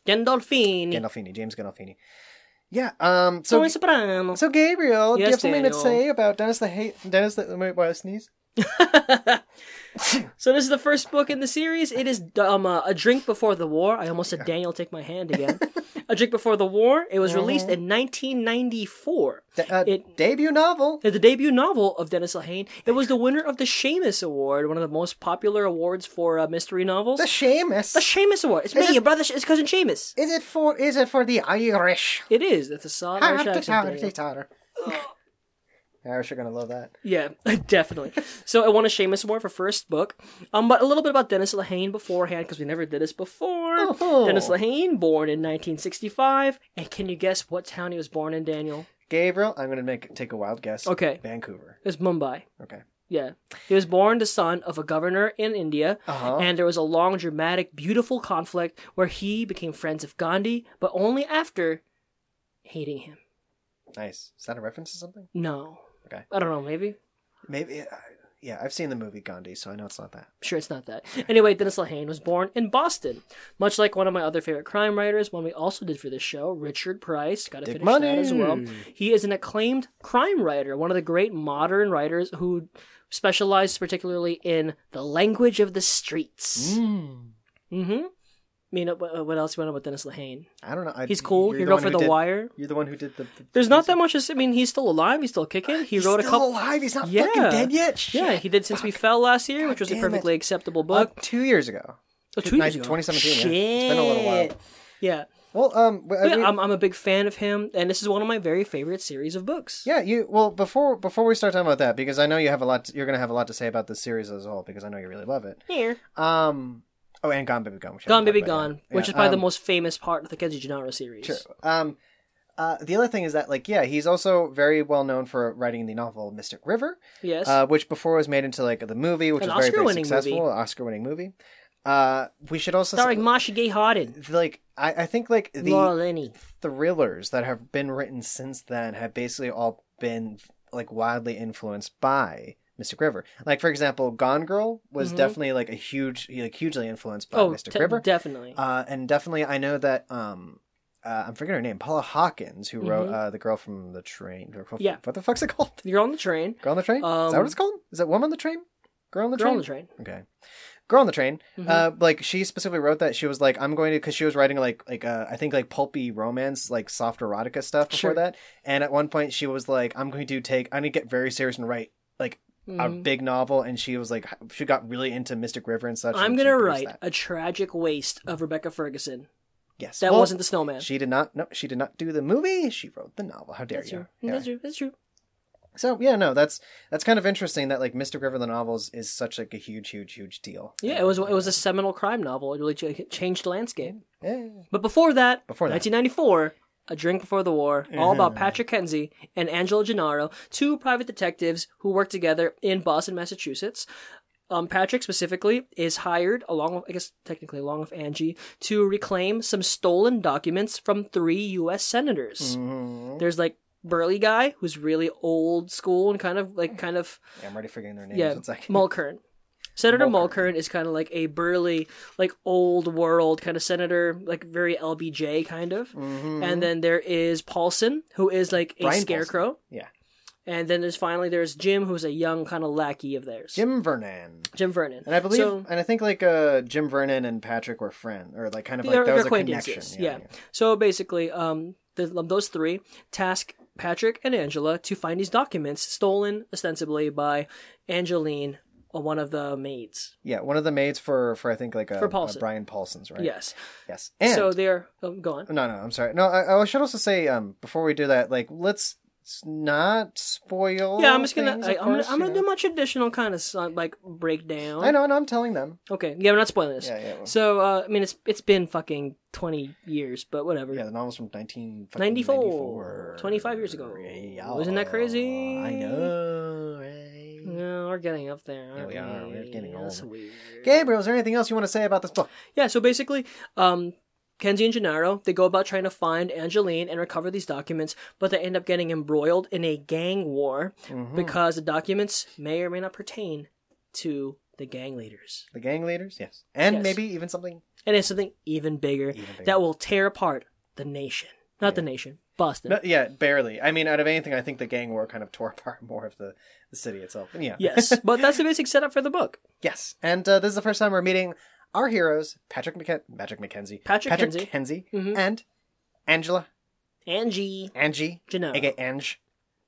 S2: Gandolfini.
S1: Gandolfini, James Gandolfini. Yeah. Um.
S2: So,
S1: So. So Gabriel, do you
S2: Yes,
S1: have something
S2: Daniel.
S1: to say about Dennis the Hate? Dennis the wait, wait, I sneeze.
S2: so this is the first book in the series. It is um, uh, a drink before the war. I almost said Daniel take my hand again. a drink before the war. It was released in 1994.
S1: De- uh,
S2: It-
S1: debut novel.
S2: It's the debut novel of Dennis Lehane. It was the winner of the Seamus Award, one of the most popular awards for uh, mystery novels.
S1: The Seamus.
S2: the Seamus Award. It's me,
S1: Is it-
S2: your brother, it's cousin Seamus.
S1: Is it for is it for the Irish?
S2: It is. That's a solid
S1: I
S2: Irish
S1: have to
S2: accent.
S1: tell
S2: Daniel.
S1: the daughter. <gasps> Irish are gonna love that.
S2: Yeah, <laughs> definitely. so I won a Seamus Award for first book. Um, but a little bit about Dennis Lehane beforehand because we never did this before.
S1: Oh.
S2: Dennis Lehane, born in 1965, and can you guess what town he was born in? Daniel.
S1: Gabriel, I'm gonna make take a wild guess.
S2: Okay, it
S1: Vancouver.
S2: was Mumbai.
S1: Okay.
S2: Yeah, he was born the son of a governor in India,
S1: Uh-huh.
S2: and there was a long, dramatic, beautiful conflict where he became friends of Gandhi, but only after hating him.
S1: Nice. Is that a reference to something?
S2: No.
S1: Okay.
S2: I don't know. Maybe.
S1: Maybe. Uh, yeah, I've seen the movie Gandhi, so I know it's not that.
S2: Sure, it's not that. Anyway, Dennis Lehane was born in Boston. Much like one of my other favorite crime writers, one we also did for this show, Richard Price. Gotta
S1: Dick
S2: finish that as well.
S1: Money.
S2: He is an acclaimed crime writer, one of the great modern writers who specialized particularly in the language of the streets.
S1: Mm.
S2: Mm hmm. I mean, uh, wh- uh, what else you want about Dennis Lehane?
S1: I don't know. I,
S2: He's cool.
S1: you're
S2: He
S1: the
S2: wrote
S1: one
S2: for
S1: who
S2: The
S1: did-
S2: Wire.
S1: You're the one who did the. the
S2: There's not that much. as- I mean, he's still alive. He's still kicking. He
S1: He's
S2: wrote a
S1: still
S2: couple.
S1: alive. He's not fucking
S2: Yeah.
S1: dead yet. Shit.
S2: Yeah, he did since we fell last year, which was a
S1: damn it.
S2: perfectly acceptable
S1: Uh,
S2: book.
S1: two years ago.
S2: Oh, two
S1: Nice,
S2: years ago.
S1: 2017, yeah. It's been a little while.
S2: Shit. Yeah.
S1: Well, um, I
S2: Yeah,
S1: mean-
S2: I'm, I'm a big fan of him, and this is one of my very favorite series of books.
S1: Yeah, you well before before we start talking about that because I know you have a lot you're going to have a lot to say about this series as a whole because I know you really love it.
S2: Here.
S1: Um oh and Gone Baby Gone. Which I
S2: Gone
S1: haven't
S2: Baby
S1: talked about
S2: Gone,
S1: yet.
S2: which
S1: Yeah,
S2: is probably the
S1: um,
S2: most famous part of the Kenji Gennaro series.
S1: sure. Um uh, the other thing is that like yeah, he's also very well known for writing the novel Mystic River,
S2: Yes.
S1: uh, which before was made into like the movie, which was
S2: An
S1: very, very
S2: Oscar-winning
S1: successful,
S2: movie.
S1: Oscar-winning movie. Uh we should also
S2: Starring Masha Gay Harden,
S1: like I, I think like the
S2: Laura Linney.
S1: thrillers that have been written since then have basically all been like wildly influenced by Mystic River. Like for example, Gone Girl was
S2: Mhm.
S1: definitely like a huge like hugely influenced by Uh,
S2: Oh,
S1: Mystic
S2: te-
S1: River.
S2: definitely.
S1: Uh and definitely I know that um uh, I'm forgetting her name, Paula Hawkins, who wrote uh, the girl from the train.
S2: Mm-hmm. Yeah.
S1: What the fuck's it called? <laughs>
S2: You're on the train.
S1: Girl on the train? Is that
S2: Um,
S1: what it's called? Is that woman on the train? Girl on the
S2: Girl on
S1: train.
S2: the train.
S1: Okay. Girl on the Train.
S2: Mhm.
S1: Uh, like she specifically wrote that she was like, I'm going to because she was writing like like uh, I think like pulpy romance, like soft erotica stuff before
S2: Sure.
S1: that. And at one point she was like, I'm going to take, I'm going to get very serious and write a
S2: Mhm.
S1: big novel. And she was like, she got really into Mystic River and such.
S2: I'm
S1: and she
S2: gonna
S1: produced
S2: write
S1: that.
S2: a tragic waste of Rebecca Ferguson.
S1: Yes,
S2: That
S1: Well,
S2: wasn't the snowman.
S1: She did not. No, she did not do the movie. She wrote the novel. How dare
S2: That's
S1: you?
S2: true.
S1: Yeah.
S2: That's true. That's true.
S1: So yeah, no, that's that's kind of interesting that like Mystic River the novels is such like a huge, huge, huge deal.
S2: Yeah, it was it was a seminal crime novel. It really ch- changed the landscape.
S1: Yeah.
S2: But before that,
S1: Before that. Mm-hmm.
S2: 1994, A Drink Before the War, all about Patrick Kenzie and Angelo Gennaro, two private detectives who work together in Boston, Massachusetts. Um, Patrick specifically is hired, along with, I guess technically along with Angie, to reclaim some stolen documents from three U.S. senators.
S1: Mhm.
S2: There's like burly guy who's really old school and kind of like kind
S1: <laughs>
S2: of
S1: Yeah, I'm already forgetting their names.
S2: yeah,
S1: It's like
S2: Mulkern. Senator
S1: Mulkern.
S2: Mulkern. is kind of like a burly, like old world kind of senator, like very LBJ kind of.
S1: Mhm.
S2: And then there is Paulson, who is like a
S1: Brian
S2: scarecrow.
S1: Yeah.
S2: And then there's finally there's Jim, who's a young kind of lackey of theirs.
S1: Jim Vernon.
S2: Jim Vernon.
S1: And I believe,
S2: So-
S1: and I think like uh, Jim Vernon and Patrick were friends, or like kind of
S2: They're-
S1: like that was
S2: they're
S1: a connection.
S2: acquaintances, yeah. So basically, um, the, um, those three task Patrick and Angela to find these documents stolen ostensibly by Angeline, uh, one of the maids.
S1: Yeah, one of the maids for for I think like a,
S2: For Paulson.
S1: a Brian Paulson's right.
S2: Yes.
S1: yes. And
S2: so they're oh, go on.
S1: no, no, I'm sorry. No, I, I should also say um before we do that, like let's s- not spoil.
S2: Yeah, I'm just gonna.
S1: things,
S2: I,
S1: of
S2: I'm,
S1: course,
S2: gonna I'm
S1: you
S2: gonna do my traditional kind of sun, like breakdown.
S1: I know, no, I'm telling them.
S2: Okay. Yeah, we're not spoiling this.
S1: Yeah, yeah. well,
S2: So uh, I mean, it's it's been fucking 20 years, but whatever.
S1: yeah, the novel's from 1994.
S2: 94, 25 years ago.
S1: Yeah.
S2: Isn't that crazy?
S1: I know. Right?
S2: No, we're getting up there.
S1: Yeah,
S2: aren't
S1: we are. We're getting
S2: That's
S1: old.
S2: weird.
S1: Gabriel, is there anything else you want to say about this book?
S2: Yeah, so basically, um, Kenzie and Gennaro, they go about trying to find Angeline and recover these documents, but they end up getting embroiled in a gang war
S1: Mhm.
S2: because the documents may or may not pertain to the gang leaders.
S1: The gang leaders, yes, and
S2: Yes.
S1: maybe even something
S2: And it's something even bigger
S1: even bigger.
S2: that will tear apart the nation. Not the nation, Boston.
S1: No, yeah, barely. I mean, out of anything, I think the gang war kind of <laughs> tore apart more of the, the city itself. And yeah.
S2: yes, but that's the basic setup for the book.
S1: Yes. And uh, this is the first time we're meeting our heroes, Patrick McKen- Patrick McKenzie,
S2: Patrick
S1: Patrick
S2: Kenzie.
S1: Kenzie, Mm-hmm.
S2: Mhm.
S1: and Angela,
S2: Angie
S1: Angie,
S2: Gennaro.
S1: aka Ange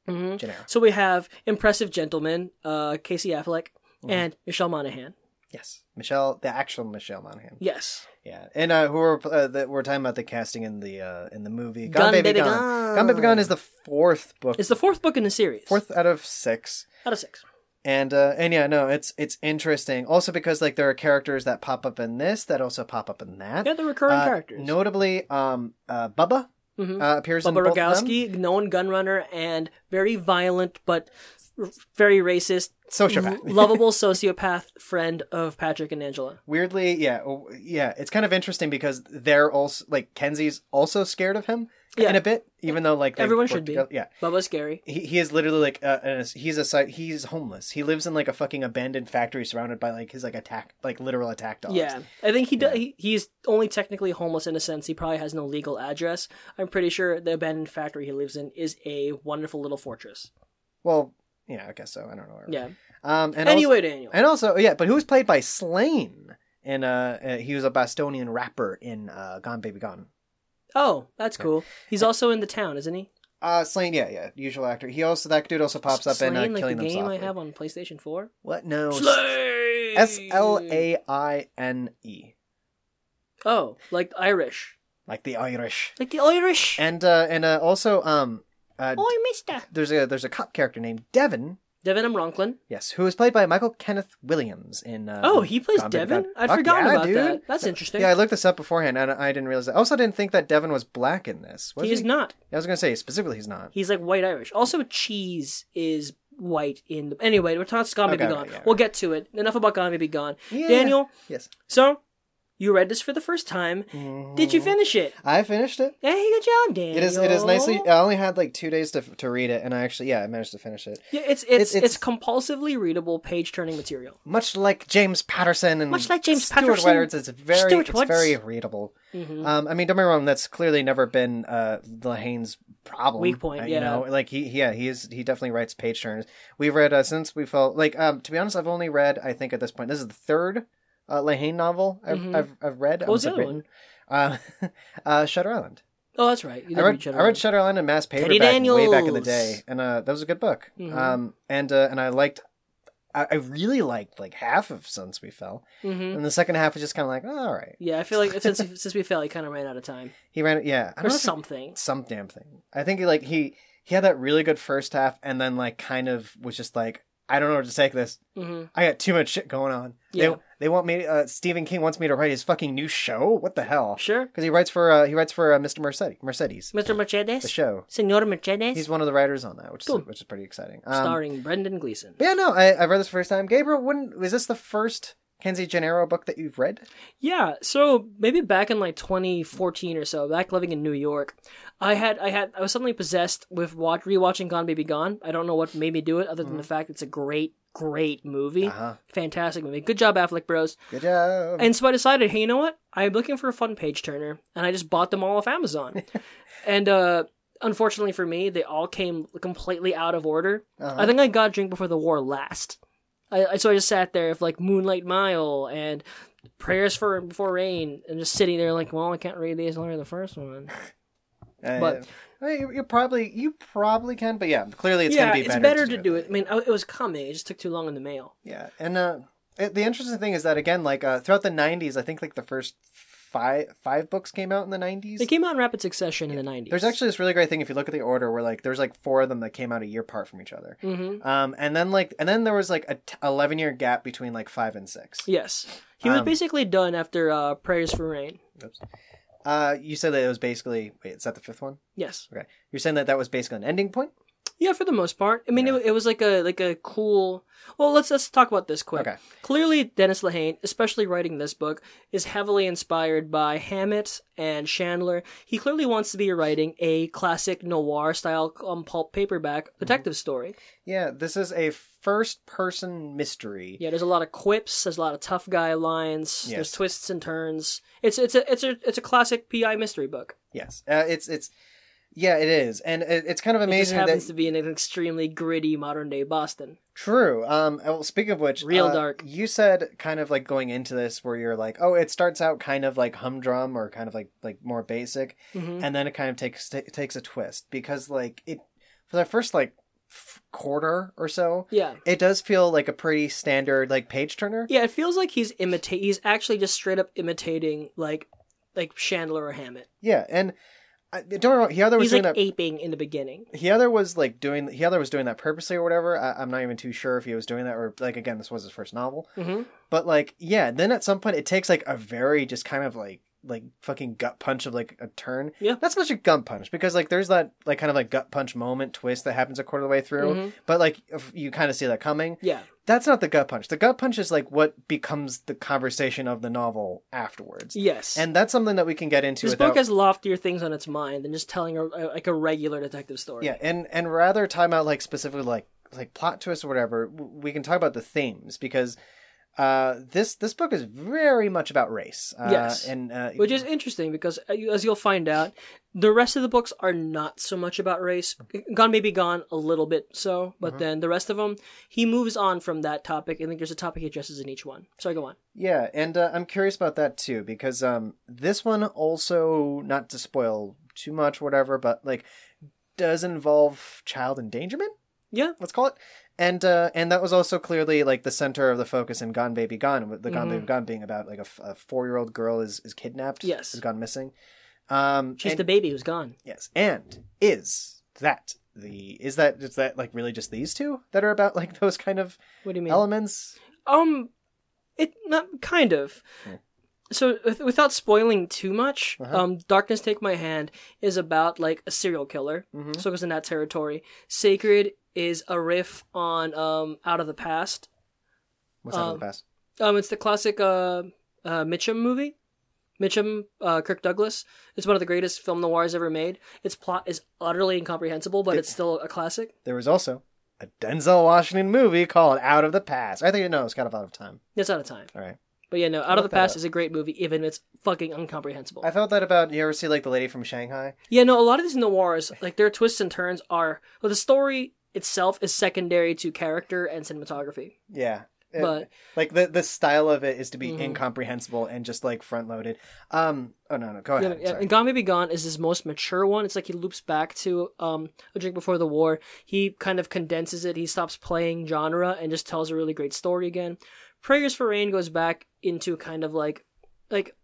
S2: Mhm.
S1: Gennaro.
S2: So we have impressive gentlemen, uh, Casey Affleck
S1: Mm-hmm.
S2: and Michelle Monaghan.
S1: Yes, Michelle, the actual Michelle Monaghan.
S2: Yes,
S1: Yeah, and uh, who are uh, that we're talking about the casting in the uh, in the movie Gone, Baby, Gone.
S2: Gone.
S1: Gone Baby Gone is the fourth book,
S2: It's the fourth book in the series.
S1: fourth out of six.
S2: out of six.
S1: and uh and yeah no it's it's interesting also because like there are characters that pop up in this that also pop up in that
S2: Yeah, the recurring
S1: Uh,
S2: characters.
S1: notably um uh bubba
S2: Mhm.
S1: uh, appears in
S2: Bubba
S1: both of them.
S2: Rogowski, known gunrunner and very violent but r- very racist,
S1: sociopath
S2: <laughs> lovable sociopath friend of Patrick and Angela.
S1: <laughs> weirdly yeah oh, yeah it's kind of interesting because they're also like kenzie's also scared of him
S2: Yeah.
S1: in a bit even though like they
S2: Everyone
S1: work
S2: should be.
S1: together- yeah
S2: Bubba's scary.
S1: he, he is literally like uh, an, he's a site he's homeless he lives in like a fucking abandoned factory surrounded by like his like attack like literal attack dogs
S2: Yeah, I think he, do-
S1: Yeah.
S2: he he's only technically homeless in a sense. He probably has no legal address. I'm pretty sure the abandoned factory he lives in is a wonderful little fortress.
S1: well yeah i guess so i don't know
S2: Yeah.
S1: um and also-
S2: anyway, Daniel.
S1: And also, oh, yeah, but who was played by Slain? And uh, uh, he was a Bostonian rapper in uh, Gone Baby Gone.
S2: oh, that's cool. He's also in the town, isn't he?
S1: Uh, Slain, yeah, yeah, usual actor. He also that dude also pops up in uh,
S2: Slain, like
S1: Killing
S2: the
S1: Them
S2: game
S1: Softly.
S2: I have on PlayStation Four.
S1: What? No.
S2: Slay.
S1: S L A I N E,
S2: Oh, like Irish,
S1: like the Irish.
S2: like the Irish.
S1: And uh, and uh, also um, uh,
S2: Oi, Mister
S1: there's a there's a cop character named Devin.
S2: Devin M. Ronklin.
S1: Yes, who was played by Michael Kenneth Williams in. Uh,
S2: Oh, he plays
S1: Gone Baby
S2: Devin.
S1: Gone.
S2: I'd
S1: Fuck
S2: forgotten
S1: yeah,
S2: about
S1: dude.
S2: that. That's interesting.
S1: Yeah, I looked this up beforehand, and I didn't realize that. I also didn't think that Devin was black in this. Was
S2: he is not.
S1: I was gonna say specifically, he's not.
S2: He's like white Irish. Also, cheese is white in the. Anyway, we're talking about Gone Baby
S1: Okay,
S2: Gone.
S1: okay, yeah,
S2: we'll get to it. Enough about Gone Baby Gone.
S1: Yeah.
S2: Daniel,
S1: Yes. Mm-hmm.
S2: so You read this for the first time. Did you finish it?
S1: I finished it.
S2: Hey, good job, Daniel.
S1: It is. It is nicely. I only had like two days to to read it, and I actually, yeah, I managed to finish it.
S2: Yeah, it's it's it's,
S1: It's- it's-
S2: compulsively readable page turning material.
S1: Much like James Patterson and
S2: Much like James
S1: Stuart
S2: Patterson,
S1: Wether's, it's very
S2: Stuart
S1: it's
S2: Woods.
S1: very readable.
S2: Mhm.
S1: Um, I mean, don't get me wrong. That's clearly never been uh Lehane's problem.
S2: Weak point,
S1: uh,
S2: yeah.
S1: You know, like he, yeah, he is. He definitely writes page turners. We've read uh, since we felt like. Um, to be honest, I've only read. I think at this point, this is the third uh, Lehane novel I've,
S2: Mhm.
S1: I've, I've read.
S2: What was the other one?
S1: Uh, <laughs> uh, Shutter Island.
S2: Oh, that's right.
S1: I
S2: You did
S1: read,
S2: read
S1: I read Shutter Island and Mass Paperback
S2: Teddy
S1: way back in the
S2: Daniels.
S1: day, and uh, that was a good book.
S2: Mhm.
S1: Um, and uh, and I liked, I, I really liked like half of Since We Fell,
S2: hmm
S1: and the second half was just kind of like, oh, all right,
S2: Yeah, I feel like since since we fell, he kind of ran out of time
S1: he ran, yeah, I don't
S2: or
S1: know if he-
S2: something.
S1: some damn thing. I think he like he he had that really good first half, and then like kind of was just like, I don't know where to take this.
S2: hmm
S1: I got too much shit going on.
S2: Yeah.
S1: They they want me. Uh, Stephen King wants me to write his fucking new show. What the hell?
S2: Sure,
S1: Because he writes for uh, he writes for uh, Mr. Mercedes, Mercedes,
S2: Mr.
S1: the
S2: Mercedes,
S1: show.
S2: Senor Mercedes,
S1: He's one of the writers on that, which
S2: Cool.
S1: is which is pretty exciting. Um,
S2: starring Brendan Gleeson.
S1: But yeah, no, I, I read this first time. Gabriel, when is this the first Kenzie Gennaro book that you've read?
S2: Yeah, so maybe back in like 2014 or so, back living in New York, I had I had I was suddenly possessed with watch rewatching Gone Baby Gone. I don't know what made me do it other
S1: Mm-hmm.
S2: than the fact it's a great great movie,
S1: Uh-huh.
S2: fantastic movie. Good job, Affleck Bros.
S1: Good job.
S2: And so I decided, hey, you know what? I'm looking for a fun page turner, and I just bought them all off
S1: <laughs>
S2: Amazon. and uh, unfortunately for me, they all came completely out of order.
S1: Uh-huh.
S2: I think I got Drink Before the War last. I, I so I just sat there with like Moonlight Mile and Prayers for Before Rain, and just sitting there like, well, I can't read these. I'll read the first one.
S1: Uh,
S2: but-
S1: I mean, you, you probably you probably can, but yeah, clearly it's
S2: yeah,
S1: gonna be
S2: it's
S1: better
S2: better
S1: to,
S2: to do it. I mean, I, it was coming. It just took too long in the mail.
S1: Yeah, and uh, it, the interesting thing is that again, like uh, throughout the '90s, I think like the first five five books came out in the '90s.
S2: They came out in rapid succession in the nineties.
S1: There's actually this really great thing if you look at the order where like there's like four of them that came out a year apart from each other.
S2: hmm
S1: Um, and then like and then there was like a t- 11 year gap between like five and six.
S2: yes. He was
S1: Um,
S2: basically done after uh, Prayers for Rain.
S1: Uh, you said that it was basically. Wait, is that the fifth one?
S2: Yes.
S1: Okay, you're saying that that was basically an ending point.
S2: Yeah, for the most part. I mean, it, it was like a like a cool. Well, let's let's talk about this quick.
S1: Okay.
S2: Clearly, Dennis Lehane, especially writing this book, is heavily inspired by Hammett and Chandler. He clearly wants to be writing a classic noir style um, pulp paperback
S1: Mm-hmm.
S2: detective story.
S1: Yeah, this is a first-person mystery.
S2: Yeah, there's a lot of quips, there's a lot of tough guy lines, there's
S1: Yes.
S2: twists and turns. It's it's a it's a it's a classic PI mystery book.
S1: Yes, uh, it's it's. Yeah, it is, and it, it's kind of
S2: It just
S1: amazing
S2: happens
S1: that
S2: to be in an extremely gritty modern day Boston.
S1: True. Um. Well, speaking of which,
S2: Real
S1: uh,
S2: dark.
S1: You said kind of like going into this where you're like, oh, it starts out kind of like humdrum or kind of like like more basic,
S2: Mhm.
S1: and then it kind of takes t- takes a twist because like it for the first like f- quarter or so,
S2: Yeah.
S1: it does feel like a pretty standard like page turner.
S2: Yeah, it feels like he's imitate. He's actually just straight up imitating like like Chandler or Hammett.
S1: Yeah, and I don't get me wrong, Heather was
S2: He's like
S1: doing that.
S2: aping in the beginning.
S1: Heather was like doing Heather was doing that purposely or whatever. I, I'm not even too sure if he was doing that or like again, this was his first novel.
S2: Mm-hmm.
S1: But like, yeah, then at some point it takes like a very just kind of like like fucking gut punch of like a turn.
S2: Yeah.
S1: Not so much a gut punch because like there's that like kind of like gut punch moment twist that happens a quarter of the way through.
S2: Mhm.
S1: But like if you kind of see that coming.
S2: Yeah,
S1: That's not the gut punch. The gut punch is like what becomes the conversation of the novel afterwards.
S2: yes.
S1: And that's something that we can get into
S2: this
S1: without
S2: book has loftier things on its mind than just telling a, a- like a regular detective story.
S1: Yeah, and and rather time out like specifically like like plot twists or whatever, w- we can talk about the themes because uh this this book is very much about race. Uh,
S2: Yes.
S1: and uh,
S2: Which is interesting because, uh, you- as you'll find out, the rest of the books are not so much about race. Gone Baby Gone, a little bit so, but
S1: Mm-hmm.
S2: then the rest of them, he moves on from that topic. I think there's a topic he addresses in each one. Sorry, go on.
S1: yeah, and uh, I'm curious about that too because um this one also not to spoil too much whatever, but like does involve child endangerment.
S2: Yeah.
S1: let's call it. And uh, and that was also clearly like the center of the focus in Gone Baby Gone, with the Gone
S2: Mhm.
S1: Baby Gone being about like a, f- a four year old girl is, is kidnapped,
S2: Yes.
S1: is gone missing. Um,
S2: She's
S1: and-
S2: the baby who's gone.
S1: Yes, and is that the is that is that like really just these two that are about like <laughs> those kind of
S2: What do you mean?
S1: elements?
S2: Um, it not kind of.
S1: Hmm.
S2: So with, without spoiling too much,
S1: Uh-huh.
S2: um, "Darkness Take My Hand" is about like a serial killer,
S1: Mm-hmm.
S2: so it goes in that territory. "Sacred" is a riff on um, "Out of the Past."
S1: What's that in
S2: Um,
S1: the past?
S2: Um, it's the classic uh, uh Mitchum movie. Mitchum, uh, Kirk Douglas. It's one of the greatest film noirs ever made. Its plot is utterly incomprehensible, but it's still a classic.
S1: There was also a Denzel Washington movie called Out of the Past. I think you know it's kind of out of time.
S2: It's out of time.
S1: All right.
S2: But yeah, no, Out of the
S1: Look that
S2: Past
S1: up.
S2: is a great movie, even if it's fucking incomprehensible.
S1: I felt that about you ever see like the lady from Shanghai?
S2: Yeah, no, a lot of these noirs, like their twists and turns are well, the story itself is secondary to character and cinematography.
S1: Yeah. It-
S2: But
S1: like the the style of it is to be
S2: Mhm.
S1: incomprehensible and just like front loaded. Um oh no no go
S2: yeah,
S1: ahead.
S2: yeah,
S1: sorry.
S2: and Gone Baby Gone is his most mature one. It's like he loops back to um a drink before the war. He kind of condenses it. He stops playing genre and just tells a really great story again. Prayers for Rain goes back into kind of like like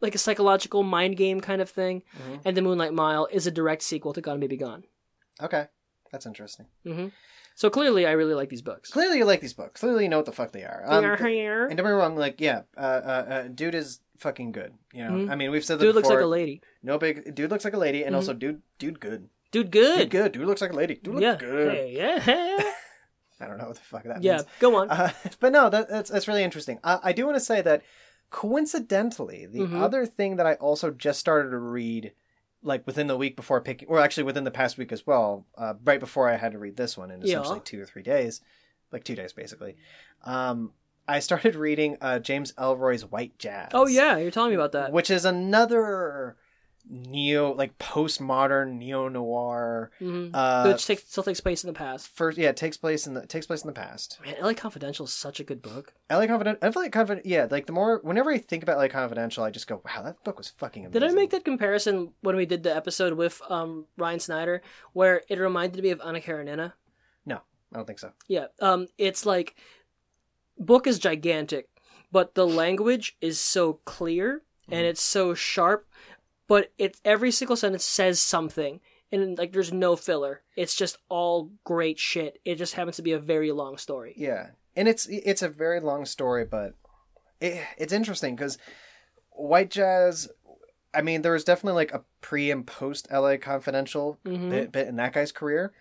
S2: like a psychological mind game kind of thing.
S1: Mhm.
S2: And The Moonlight Mile is a direct sequel to Gone Baby Gone. Mm-hmm.
S1: Okay. That's interesting.
S2: So clearly I really like these books.
S1: Clearly you like these books. Clearly you know what the fuck they are. Um,
S2: they are here.
S1: And don't be wrong, like yeah, uh, uh, uh, dude is fucking good. You know,
S2: Mhm.
S1: I mean, we've said that
S2: Dude
S1: before.
S2: looks like a lady.
S1: no big dude looks like a lady, and
S2: Mhm.
S1: also dude, dude good, dude
S2: Dude, good.
S1: good, dude looks like a lady, dude look
S2: yeah.
S1: good.
S2: Hey, yeah. <laughs>
S1: I don't know what the fuck that
S2: yeah.
S1: means.
S2: Go on.
S1: Uh, <laughs> but no, that, that's that's really interesting. I, I do want to say that coincidentally, the
S2: Mhm.
S1: other thing that I also just started to read, like within the week before picking, or actually within the past week as well, uh, right before I had to read this one in
S2: Yeah.
S1: essentially two or three days, like two days basically. Um, I started reading uh, James Elroy's White Jazz.
S2: oh yeah, you're telling me about that.
S1: which is another neo like postmodern neo noir.
S2: Mhm.
S1: Uh,
S2: Which takes, still takes place in the past.
S1: first, yeah, it takes place in the takes place in the past.
S2: Man, LA Confidential is such a good book.
S1: LA Confident. I feel like Confident. Yeah, like the more whenever I think about LA Confidential, I just go, wow, that book was fucking amazing.
S2: Did I make that comparison when we did the episode with um, Ryan Snyder, where it reminded me of Anna Karenina?
S1: I don't think so.
S2: Yeah, um, it's like book is gigantic, but the language is so clear
S1: Mm-hmm.
S2: and it's so sharp, but it every single sentence says something, and like there's no filler. It's just all great shit. It just happens to be a very long story.
S1: Yeah, and it's it's a very long story, but it, it's interesting because White Jazz. I mean, there was definitely like a pre and post LA Confidential
S2: Mm-hmm.
S1: bit, bit in that guy's career.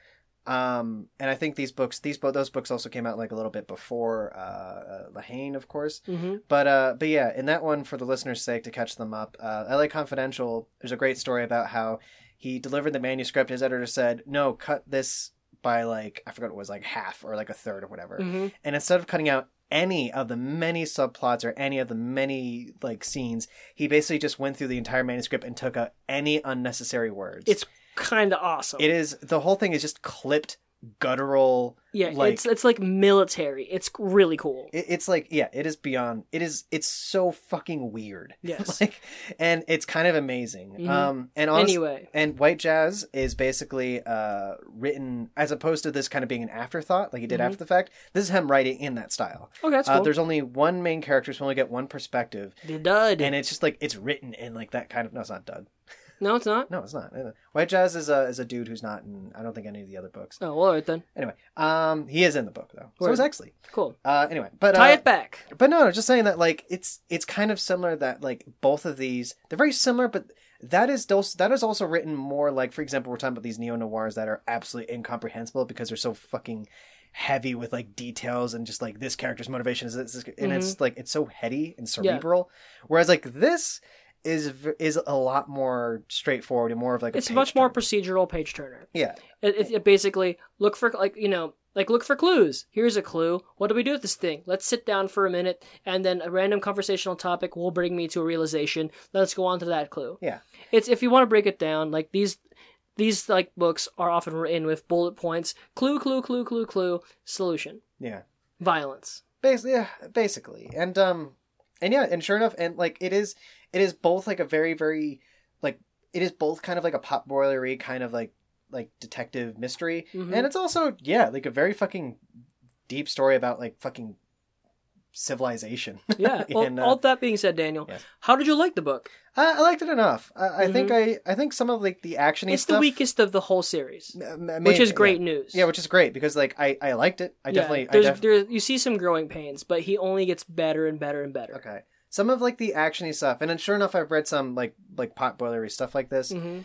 S1: Um, and I think these books, these bo- those books also came out like a little bit before uh, uh, Lehane, of course.
S2: mm-hmm.
S1: But uh, but yeah, in that one, for the listeners' sake, to catch them up, uh, L.A. Confidential. There's a great story about how he delivered the manuscript. His editor said, "No, cut this by like I forgot what it was like half or like a third or whatever."
S2: Mm-hmm.
S1: And instead of cutting out any of the many subplots or any of the many like scenes, he basically just went through the entire manuscript and took out any unnecessary words.
S2: It's kind of awesome.
S1: it is the whole thing is just clipped guttural
S2: yeah,
S1: like-
S2: it's it's like military. It's really cool.
S1: It- it's like yeah it is beyond it is it's so fucking weird <laughs>
S2: Yes.
S1: like and it's kind of amazing
S2: Mhm.
S1: um and honestly
S2: anyway,
S1: and white jazz is basically uh written as opposed to this kind of being an afterthought like he did
S2: Mhm.
S1: after the fact this is him writing in that style
S2: okay, Oh, that's
S1: uh,
S2: cool.
S1: there's only one main character so we only get one perspective
S2: The dud.
S1: and it's just like it's written in like that kind of no it's not doug
S2: no, it's not.
S1: no it's not white jazz is a is a dude who's not in i don't think any of the other books
S2: Oh, well, all right then.
S1: anyway um he is in the book though so
S2: Word.
S1: is exley
S2: Cool.
S1: uh anyway but
S2: Tie
S1: uh,
S2: it back.
S1: but no, no, just saying that like it's it's kind of similar that like both of these they're very similar, but that is also, that is also written more like for example we're talking about these neo noirs that are absolutely incomprehensible because they're so fucking heavy with like details and just like this character's motivation is this, this- and
S2: Mm-hmm.
S1: it's like it's so heady and cerebral, whereas like this is v- is a lot more straightforward and more of like a
S2: It's
S1: page
S2: much more
S1: turner.
S2: procedural page turner.
S1: yeah
S2: It, it, it basically look for like you know like look for clues. Here's a clue. What do we do with this thing? Let's sit down for a minute, and then a random conversational topic will bring me to a realization. Let's go on to that clue.
S1: Yeah.
S2: It's if you want to break it down, like these these like books are often written with bullet points: clue, clue, clue, clue, clue, solution,
S1: yeah <laughs>
S2: violence.
S1: basically yeah basically and um and yeah and sure enough and like it is it is both like a very very like it is both kind of like a potboilery kind of like like detective mystery
S2: Mhm.
S1: and it's also yeah like a very fucking deep story about like fucking civilization <laughs>
S2: Yeah. Well,
S1: And, uh,
S2: all that being said, Daniel,
S1: yes.
S2: how did you like the book?
S1: I, I liked it enough i, I think i i think some of like the actiony
S2: Mm-hmm. It's
S1: stuff
S2: the weakest of the whole series,
S1: m- m-
S2: which is
S1: yeah.
S2: great news.
S1: yeah. which is great because like i i liked it i definitely
S2: There's,
S1: i definitely
S2: there's, you see some growing pains, but he only gets better and better and better.
S1: okay some of like the actiony stuff and then sure enough i've read some like like potboilery stuff like this
S2: hmm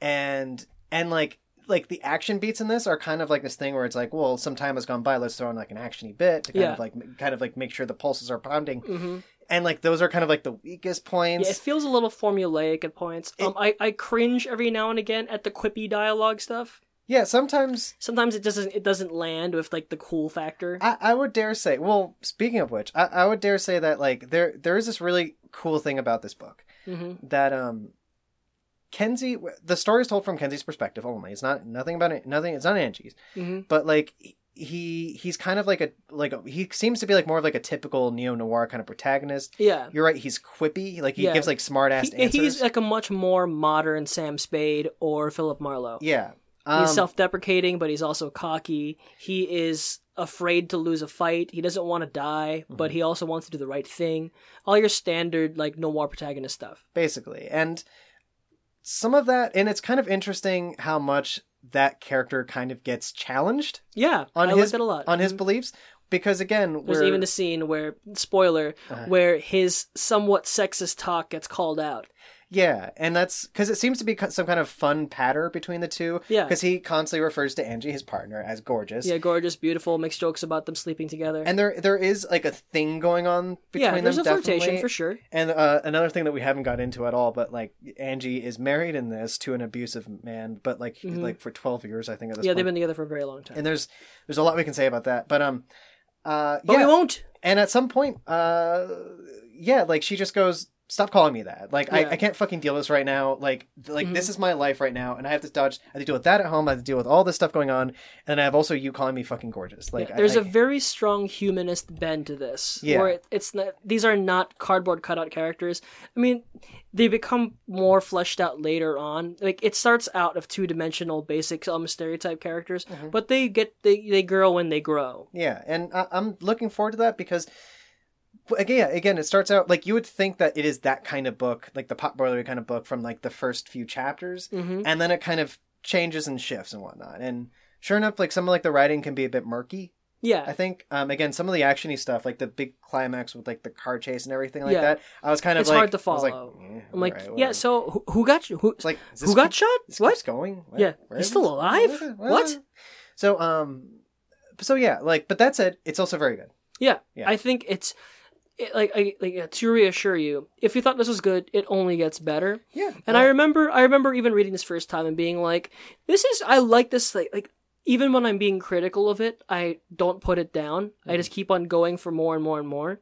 S1: and and like like the action beats in this are kind of like this thing where it's like, well, some time has gone by. Let's throw in like an actiony bit to kind
S2: Yeah.
S1: of like kind of like make sure the pulses are pounding.
S2: hmm
S1: and like those are kind of like the weakest points.
S2: Yeah, it feels a little formulaic at points. Um, I, I cringe every now and again at the quippy dialogue stuff.
S1: Yeah, sometimes
S2: Sometimes it doesn't it doesn't land with like the cool factor.
S1: I, I would dare say. Well, speaking of which, I, I would dare say that like there there is this really cool thing about this book
S2: hmm
S1: that um, Kenzie the story is told from Kenzie's perspective only. It's not nothing about it. Nothing. It's not Angie's.
S2: hmm
S1: But like he he's kind of like a like a, he seems to be like more of like a typical neo noir kind of protagonist.
S2: Yeah.
S1: You're right. He's quippy. Like he
S2: Yeah.
S1: gives like smart ass
S2: He-
S1: answers.
S2: he's like a much more modern Sam Spade or Philip Marlowe.
S1: yeah.
S2: uh, he's
S1: Um,
S2: self-deprecating, but he's also cocky. He is afraid to lose a fight. He doesn't want to die,
S1: Mhm.
S2: but he also wants to do the right thing. All your standard like noir protagonist stuff.
S1: basically. And some of that, and it's kind of interesting how much that character kind of gets challenged
S2: Yeah,
S1: On
S2: I
S1: his-
S2: liked it a lot.
S1: on his beliefs because again,
S2: Mm-hmm. There's
S1: we're,
S2: even a scene where spoiler,
S1: Uh-huh.
S2: where his somewhat sexist talk gets called out.
S1: yeah, and that's because it seems to be co- some kind of fun patter between the two.
S2: Yeah,
S1: Because he constantly refers to Angie, his partner, as gorgeous.
S2: yeah, gorgeous, beautiful, makes jokes about them sleeping together.
S1: And there, there is like a thing going on between
S2: yeah, there's
S1: them,
S2: a
S1: definitely.
S2: flirtation for sure.
S1: And uh, another thing that we haven't got into at all, but like Angie is married in this to an abusive man, but like
S2: Mhm.
S1: like for twelve years, I think. At this
S2: Yeah,
S1: point.
S2: they've been together for a very long time.
S1: and there's there's a lot we can say about that but um uh
S2: but
S1: yeah
S2: we won't.
S1: and at some point uh yeah like she just goes stop calling me that like
S2: Yeah.
S1: I, I can't fucking deal with this right now like th- like
S2: Mhm.
S1: this is my life right now and i have to dodge i have to deal with that at home i have to deal with all this stuff going on and i have also you calling me fucking gorgeous like
S2: Yeah,
S1: I-
S2: there's
S1: I,
S2: a very strong humanist bend to this.
S1: Yeah.
S2: Where it, it's not, these are not cardboard cutout characters. I mean, they become more fleshed out later on. Like it starts out of two dimensional basic um stereotype characters,
S1: Mhm.
S2: but they get they they grow when they grow.
S1: yeah and I, i'm looking forward to that because again yeah, again it starts out like you would think that it is that kind of book like the potboilery kind of book from like the first few chapters
S2: Mm-hmm.
S1: and then it kind of changes and shifts and whatnot. And sure enough, like some of like the writing can be a bit murky. I
S2: Yeah.
S1: think um again some of the actiony stuff, like the big climax with like the car chase and everything like
S2: Yeah.
S1: that. I was kind of
S2: It's
S1: like
S2: hard to
S1: I was like,
S2: follow.
S1: eh,
S2: I'm like,
S1: alright,
S2: yeah.
S1: whatever."
S2: So who, who got you? Who
S1: it's like is this
S2: who got
S1: keep-
S2: shot?
S1: this
S2: What?
S1: keeps going? What?
S2: Yeah.
S1: Where
S2: He's
S1: is
S2: still
S1: this?
S2: alive? What?
S1: So um, so yeah, like but that's it. It's also very good.
S2: Yeah,
S1: Yeah.
S2: I think it's it, like I like yeah, to reassure you. If you thought this was good, it only gets better.
S1: Yeah,
S2: And I remember I remember even reading this first time and being like, this is I like this like like even when I'm being critical of it, I don't put it down. I
S1: Mm-hmm.
S2: just keep on going for more and more and more.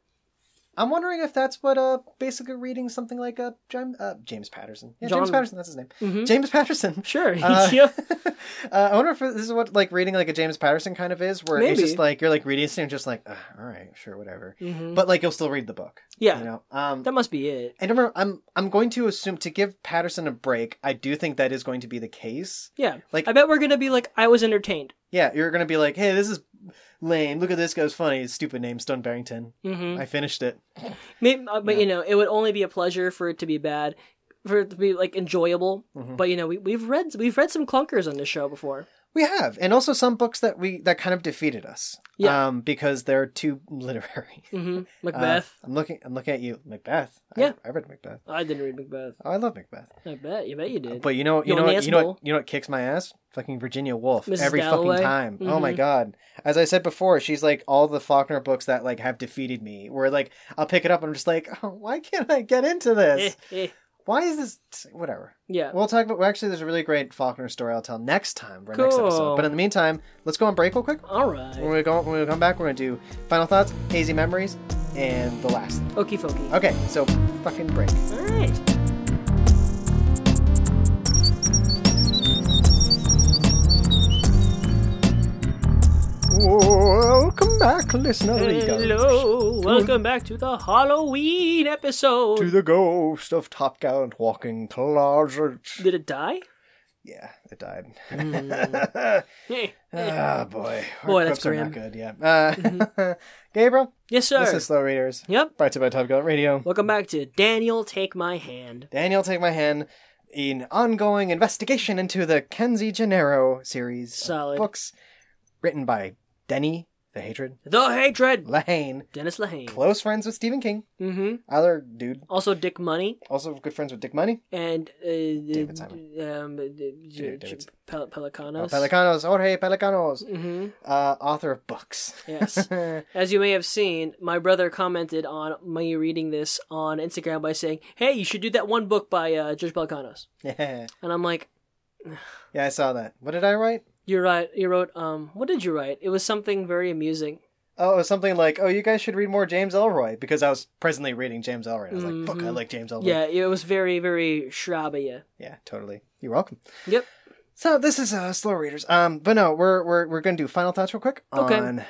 S1: I'm wondering if that's what uh basically reading something like uh James, uh, James Patterson. Yeah, James
S2: John-
S1: Patterson. That's his name.
S2: Mhm.
S1: James Patterson. <laughs>
S2: <laughs> Sure.
S1: Mm-hmm.
S2: <laughs>
S1: Uh,
S2: yeah.
S1: uh, I wonder if this is what like reading like a James Patterson kind of is, where it's
S2: Maybe.
S1: just like you're like reading something, and just like, "Ugh, all right, sure, whatever.
S2: Mhm.
S1: But like you'll still read the book,
S2: yeah.
S1: you know. Um,
S2: That must be it.
S1: and remember, I'm I'm going to assume to give Patterson a break. I do think that is going to be the case.
S2: Yeah.
S1: Like-
S2: I bet we're going to be like I was entertained.
S1: Yeah, you're going to be like, hey, this is lame. Look at this guy's funny. Stupid name, Stone Barrington.
S2: Mhm.
S1: I finished it.
S2: Maybe, uh, but
S1: Mm-hmm. Yeah.
S2: you know, it would only be a pleasure for it to be bad, for it to be like enjoyable.
S1: Mhm.
S2: But you know, we, we've read we've read some clunkers on this show before.
S1: We have, and also some books that we that kind of defeated us.
S2: Yeah.
S1: Um, because they're too <laughs> literary.
S2: hmm
S1: Uh,
S2: Macbeth.
S1: I'm looking. I'm looking at you, Macbeth. I-
S2: Yeah.
S1: I read Macbeth.
S2: I didn't read Macbeth.
S1: Oh, I love Macbeth.
S2: I bet you bet you did.
S1: uh, But you know, you
S2: Yo,
S1: know, what, you know,
S2: Nazgul.
S1: what, you know what kicks my ass? Fucking Virginia Woolf
S2: Mrs.
S1: every
S2: Dalloway?
S1: fucking time. Oh my
S2: Mhm.
S1: god! As I said before, she's like all the Faulkner books that like have defeated me. Where like I'll pick it up and I'm just like, oh, why can't I get into
S2: <laughs> Eh,
S1: this?
S2: eh.
S1: why is this? Whatever.
S2: Yeah.
S1: We'll talk about. Well, actually, there's a really great Faulkner story I'll tell next time for our next episode.
S2: Cool.
S1: But in the meantime, let's go on break real quick.
S2: All
S1: When
S2: right.
S1: we go, when we come back, we're gonna do final thoughts, hazy memories, and the last. thing.
S2: Okie dokie.
S1: Okay, so fucking break.
S2: All right.
S1: Welcome back, listener.
S2: Hello. Welcome back to the Halloween episode.
S1: to the ghost of Top Gallant Walking Closet.
S2: Did it die?
S1: Yeah, it died.
S2: Eh, eh.
S1: <laughs> Ah, boy. Our
S2: Boy, that's
S1: quips are not
S2: grim.
S1: good, yeah. Uh, <laughs> Gabriel,
S2: yes, sir.
S1: this is Slow Readers.
S2: Yep.
S1: Brought to you by Top Gallant Radio.
S2: Welcome back to Daniel Take My Hand.
S1: Daniel, take my hand. In ongoing investigation into the Kenzie Gennaro series of
S2: Solid.
S1: books written by Denny The Hatred.
S2: The Hatred.
S1: Lane.
S2: Dennis Lehane.
S1: Close friends with Stephen King.
S2: Mm-hmm.
S1: Other dude.
S2: Also, Dick Money
S1: Also good friends with Dick Money.
S2: and uh, David
S1: Simon.
S2: Um,
S1: David Simon.
S2: Pel-
S1: Oh,
S2: Pelicanos.
S1: Pelicanos. Jorge Pelicanos.
S2: hmm
S1: Uh, author of books.
S2: Yes. As you may have seen, my brother commented on me reading this on Instagram by saying, "Hey, you should do that one book by uh, George Pelicanos."
S1: <laughs> yeah.
S2: And I'm like,
S1: Yeah, I saw that. What did I write?
S2: "You're right. You wrote. Um, what did you write? It was something very amusing."
S1: Oh, it was something like, oh, you guys should read more James Elroy because I was presently reading James Elroy. And I was like, fuck, I
S2: Mhm.
S1: like James Elroy.
S2: Yeah, it was very, very shrubby.
S1: Yeah, totally. You're welcome.
S2: Yep.
S1: So this is uh, slow readers. Um, but no, we're we're we're gonna do final thoughts real quick.
S2: Okay.
S1: On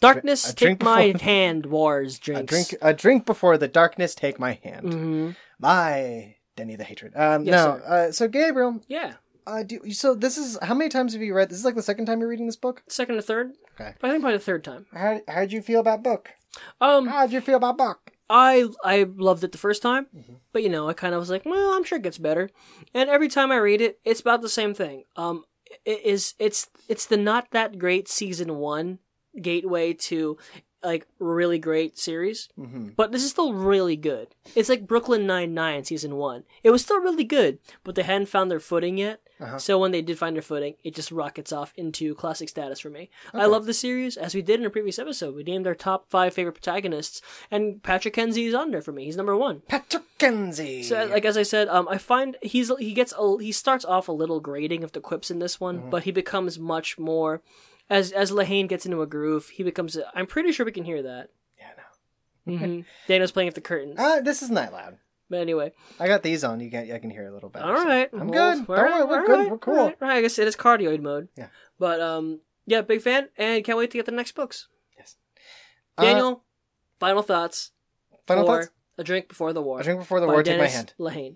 S2: Darkness,
S1: A
S2: take
S1: drink <laughs>
S2: my
S1: before-
S2: hand, wars
S1: a
S2: drinks.
S1: drink, a drink before the darkness take my hand.
S2: hmm
S1: Bye, Denny the Hatred. Um,
S2: Yes,
S1: no. Uh, so Gabriel,
S2: Yeah,
S1: uh, do so this is how many times have you read? This is like the second time you're reading this book.
S2: second or third.
S1: Okay.
S2: I think probably the third time.
S1: How how'd you feel about book?
S2: Um,
S1: How'd you feel about book?
S2: I I loved it the first time,
S1: Mm-hmm.
S2: but you know, I kind of was like, well, I'm sure it gets better. And every time I read it, it's about the same thing. Um, it is it's it's the not that great season one gateway to like really great series,
S1: Mm-hmm.
S2: but this is still really good. It's like Brooklyn Nine Nine season one. It was still really good, but they hadn't found their footing yet.
S1: Uh-huh.
S2: So when they did find their footing, it just rockets off into classic status for me. I
S1: Okay.
S2: love the series. As we did in a previous episode, we named our top five favorite protagonists, and Patrick Kenzie is on there for me. He's number one.
S1: Patrick Kenzie.
S2: So, like as I said, um, I find he's he gets a, he starts off a little grating of the quips in this one,
S1: Mm-hmm.
S2: but he becomes much more. As as Lahane gets into a groove, he becomes. i I'm pretty sure we can hear that.
S1: yeah, Mm-hmm.
S2: hmm Daniel's playing with the curtains.
S1: no. Uh, this is not loud.
S2: but anyway,
S1: I got these on. You can I can hear a little better.
S2: all
S1: so
S2: right,
S1: I'm
S2: well,
S1: good. Don't
S2: all
S1: worry,
S2: right,
S1: we're
S2: all
S1: good.
S2: right,
S1: we're
S2: all
S1: cool.
S2: Right, right, I guess it is cardioid mode.
S1: Yeah.
S2: But um, yeah, big fan, and can't wait to get the next books.
S1: Uh,
S2: Daniel, final thoughts
S1: final
S2: for
S1: thoughts.
S2: A Drink Before the War.
S1: A drink before the
S2: by
S1: war. Take my
S2: Dennis
S1: hand.
S2: Lehane.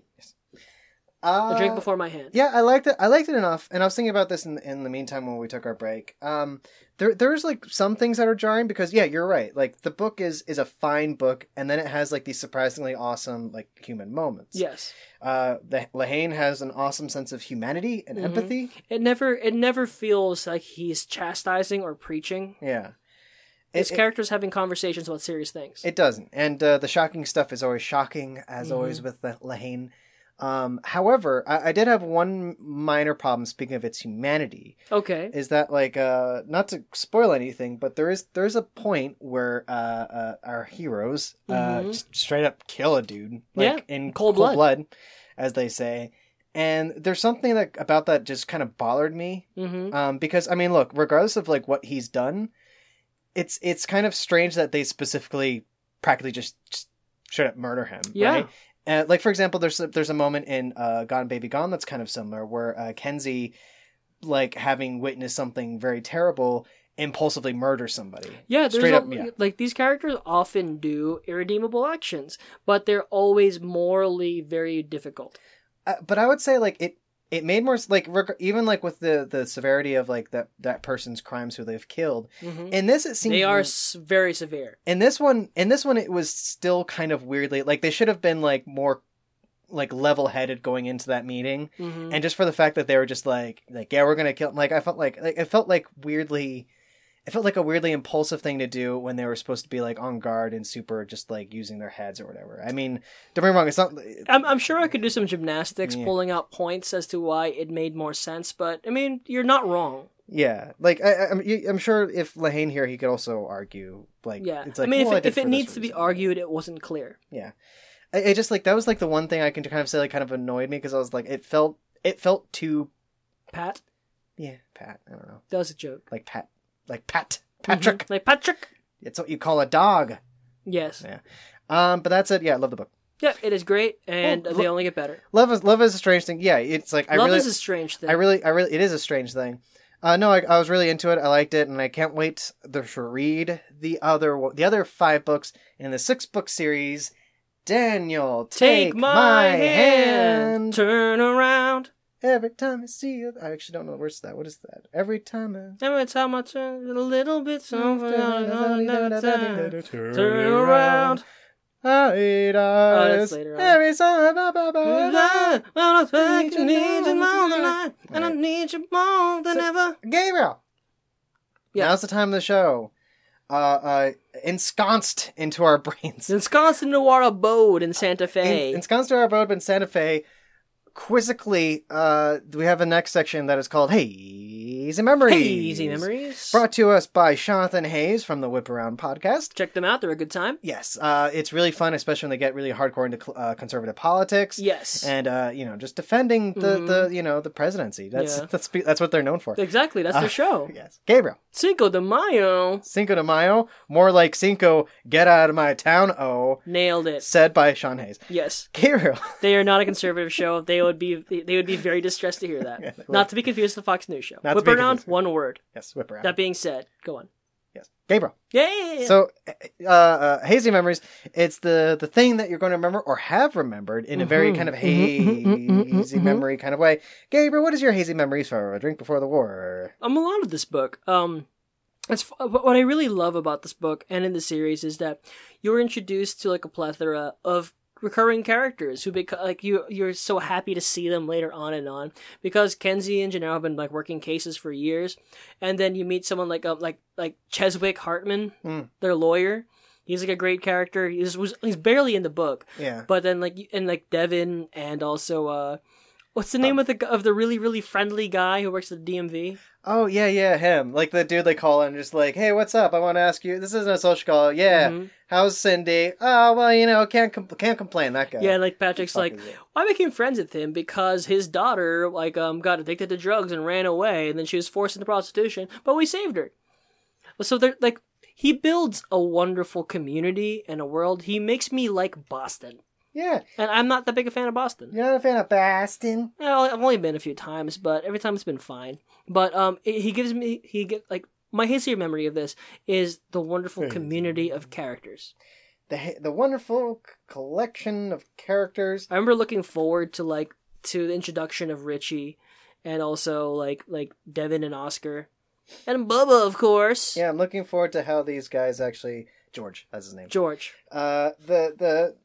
S1: Uh,
S2: A Drink Before My Hand.
S1: Yeah, I liked it. I liked it enough, and I was thinking about this in in the meantime when we took our break. Um, there there's like some things that are jarring because yeah, you're right. Like the book is is a fine book, and then it has like these surprisingly awesome like human moments.
S2: Yes.
S1: Uh, the Lahane has an awesome sense of humanity and
S2: Mhm.
S1: empathy.
S2: It never it never feels like he's chastising or preaching.
S1: Yeah,
S2: His
S1: It- it-
S2: character's having conversations about serious things.
S1: It doesn't, and uh, the shocking stuff is always shocking, as
S2: Mhm.
S1: always with the Lahane. Um, however, I, I did have one minor problem. Speaking of its humanity,
S2: okay.
S1: is that like uh, not to spoil anything, but there is there's a point where uh, uh, our heroes uh,
S2: Mhm.
S1: just straight up kill a dude, like in
S2: cold blood.
S1: as they say. And there's something that about that just kind of bothered me
S2: mm-hmm.
S1: um, because I mean, look, regardless of like what he's done, it's it's kind of strange that they specifically practically just, just straight up murder him.
S2: Yeah.
S1: Right? Uh, like for example, there's a, there's a moment in uh, Gone Baby Gone that's kind of similar, where uh, Kenzie, like having witnessed something very terrible, impulsively murders somebody.
S2: Yeah, there's
S1: Straight
S2: a,
S1: up, yeah.
S2: like these characters often do irredeemable actions, but they're always morally very difficult.
S1: Uh, but I would say like it it made more s- like reg- even like with the the severity of like that that person's crimes who they've killed.
S2: Mhm.
S1: In this, it seems
S2: They are s- very severe.
S1: in this one in this one it was still kind of weirdly like they should have been like more like level-headed going into that meeting
S2: Mm-hmm.
S1: and just for the fact that they were just like like yeah we're gonna kill like i felt like, like it felt like weirdly it felt like a weirdly impulsive thing to do when they were supposed to be like on guard and super just like using their heads or whatever i mean don't get me wrong it's not
S2: I'm, I'm sure I could do some gymnastics,
S1: Yeah.
S2: pulling out points as to why it made more sense. But I mean, you're not wrong.
S1: yeah like I, I- I'm, I'm sure if lahane here he could also argue like
S2: Yeah,
S1: it's like
S2: I mean,
S1: well,
S2: if, it
S1: did
S2: if it
S1: for this
S2: needs to be
S1: reason.
S2: argued, it wasn't clear.
S1: I, I just like that was like the one thing I can kind of say like kind of annoyed me because I was like it felt it felt too
S2: Pat,
S1: yeah Pat I don't know
S2: that was a joke.
S1: like Pat like Pat <laughs> Patrick
S2: Mhm. like Patrick.
S1: it's what you call a dog
S2: Yes,
S1: Yeah. um but that's it yeah I love the book
S2: yeah, it is great, and
S1: Well,
S2: they
S1: lo-
S2: only get better.
S1: love is love is a strange thing yeah it's like I
S2: Love
S1: really
S2: is a strange thing.
S1: I really I really it is a strange thing uh no I, I was really into it I liked it and I can't wait to to read the other one- the other five books in the six book series Daniel
S2: Take,
S1: take,
S2: my, hand,
S1: hand.
S2: turn around.
S1: Every time I see you, I actually don't know where's that. What is that? Every time I.
S2: Every time I turn a little bit, over, another time.
S1: Turn
S2: turn around. Oh,
S1: I eat eyes.
S2: later on. Mm-hmm.
S1: Every time I. ba- ba- ba- ba-
S2: Well, I think you need you more than I, and I need you more than ever.
S1: Gabriel!
S2: Yeah.
S1: Now's the time of the show. Uh, uh, ensconced into our <laughs> brains.
S2: Ensconced into our abode in Santa Fe.
S1: In, ensconced to our abode in Santa Fe. Quizzically, uh, we have a next section that is called Hazy Memories.
S2: Hey, easy memories.
S1: Brought to us by Jonathan Hayes from the Whip Around podcast.
S2: Check them out. They're a good time.
S1: Yes, uh, it's really fun, especially when they get really hardcore into cl- uh, conservative politics.
S2: Yes. Mm-hmm.
S1: and uh, you know, just defending the, the you know the presidency. That's
S2: Yeah.
S1: that's that's what they're known for.
S2: exactly. That's
S1: Uh,
S2: the show.
S1: Yes, Gabriel
S2: Cinco de Mayo.
S1: Cinco de Mayo, more like Cinco, get out of my town. Oh,
S2: Nailed it.
S1: said by Sean Hayes.
S2: Yes.
S1: Gabriel,
S2: They are not a conservative show. They would be they would be very distressed to hear that.
S1: Yeah, they would. <laughs>
S2: not to be confused with the Fox News show.
S1: Not to
S2: Whip
S1: be
S2: around
S1: confused.
S2: one word.
S1: yes, whip around.
S2: That being said, go on.
S1: yes, Gabriel.
S2: Yeah, yeah, yeah, yeah.
S1: So, uh, uh, hazy memories. It's the the thing that you're going to remember or have remembered in a very
S2: Mhm.
S1: kind of
S2: Mhm,
S1: hazy
S2: mhm, mhm, mhm, mhm.
S1: memory kind of way. Gabriel, what is your hazy memories for a drink before the war?
S2: um, a lot of this book. Um, it's but what I really love about this book and in the series is that you're introduced to like a plethora of recurring characters who become like you. You're so happy to see them later on and on because Kenzie and Gennaro have been like working cases for years, and then you meet someone like um like like Cheswick Hartman,
S1: Mm.
S2: their lawyer. He's like a great character. He's was he's barely in the book,
S1: Yeah,
S2: but then like you- and like Devin and also uh. What's the name of the gu- of the really really friendly guy who works at the DMV?
S1: Oh yeah, yeah, him. Like the dude they call and just like, hey, what's up? I want to ask you. This isn't a social call. Yeah,
S2: Mhm.
S1: how's Cindy? Oh well, you know, can't com- can't complain. That guy.
S2: Yeah, and, like Patrick's
S1: Fuck
S2: like,
S1: is it?
S2: I became friends with him because his daughter like um got addicted to drugs and ran away, and then she was forced into prostitution, but we saved her. So they're like, he builds a wonderful community and a world. He makes me like Boston,
S1: yeah.
S2: and I'm not that big a fan of Boston.
S1: You're not a fan of Bastin.
S2: Well, I've only been a few times, but every time it's been fine. But um, it, he gives me he get like my hazier memory of this is the wonderful
S1: Hazy.
S2: community of characters.
S1: The ha- the wonderful c- collection of characters.
S2: I remember looking forward to like to the introduction of Richie, and also like like Devin and Oscar, and Bubba, of course.
S1: Yeah, I'm looking forward to how these guys actually. George, that's his name.
S2: George.
S1: Uh, the the.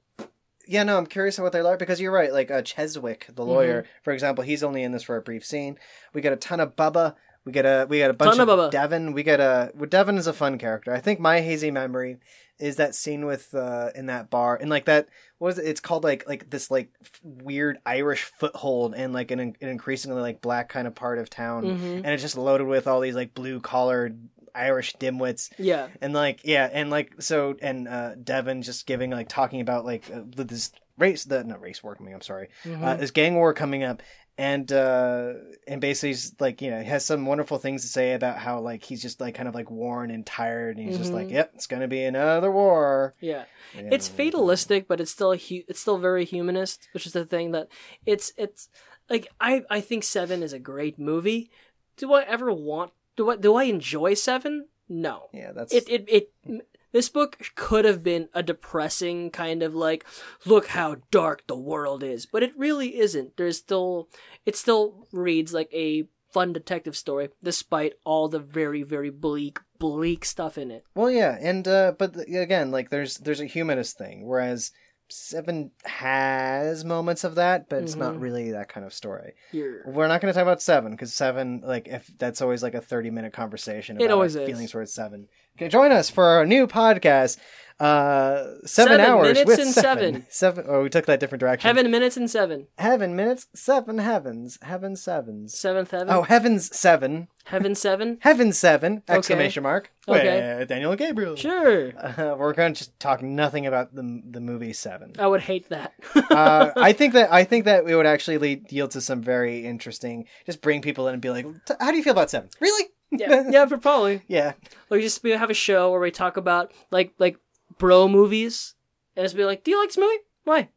S1: Yeah, no, I'm curious about their life because you're right. Like uh, Cheswick, the lawyer,
S2: Mm-hmm.
S1: for example, he's only in this for a brief scene. We got a ton of Bubba. We got a we got a bunch of,
S2: Ton of Bubba.
S1: Devin. We got a well, Devin is a fun character. I think my hazy memory is that scene with uh in that bar and like that what is it? It's called like like this like f- weird Irish foothold and like an, an increasingly like black kind of part of town,
S2: hmm
S1: and it's just loaded with all these like blue collared Irish dimwits
S2: Yeah.
S1: and like yeah and like so and uh devin just giving like talking about like uh, this race the not race war coming i'm sorry
S2: Mm-hmm.
S1: uh, this gang war coming up and uh and basically he's like you know he has some wonderful things to say about how like he's just like kind of like worn and tired and he's just like
S2: Mhm.
S1: yep it's gonna be another war
S2: yeah. It's fatalistic, but it's still hu- it's still very humanist, which is the thing that it's it's like I I think Seven is a great movie. Do I ever want do I do I enjoy Seven? No.
S1: yeah that's
S2: it it it m- this book could have been a depressing kind of like look how dark the world is but it really isn't there's still it still reads like a fun detective story despite all the very very bleak bleak stuff in it
S1: well yeah and uh but th- again like there's there's a humanist thing whereas seven has moments of that but it's not
S2: Mhm.
S1: really that kind of story
S2: You're,
S1: We're not going to talk about seven because seven, like, if that's always like a thirty-minute conversation.
S2: It
S1: About
S2: always
S1: our
S2: is.
S1: Feelings towards seven. Okay, join us for our new podcast. Uh, seven,
S2: Seven
S1: hours
S2: minutes
S1: with
S2: and
S1: seven. <laughs> Seven- Oh, we took that different direction.
S2: heaven minutes and seven
S1: Heaven minutes. Seven heavens. Heaven sevens.
S2: seventh heaven
S1: Oh, heavens seven.
S2: heaven seven
S1: Heaven seven!
S2: Okay.
S1: Exclamation mark.
S2: Okay.
S1: With Daniel Gabriel.
S2: sure
S1: Uh, <laughs> we're going to just talk nothing about the the movie Seven.
S2: i would hate that <laughs>
S1: uh, I think that I think that it would actually lead, yield to some very interesting. Just bring people in and be like, "T- "How do you feel about seven? Really?
S2: yeah yeah for probably
S1: <laughs> Yeah,
S2: or just we have a show where we talk about like like bro movies and just be like do you like this movie why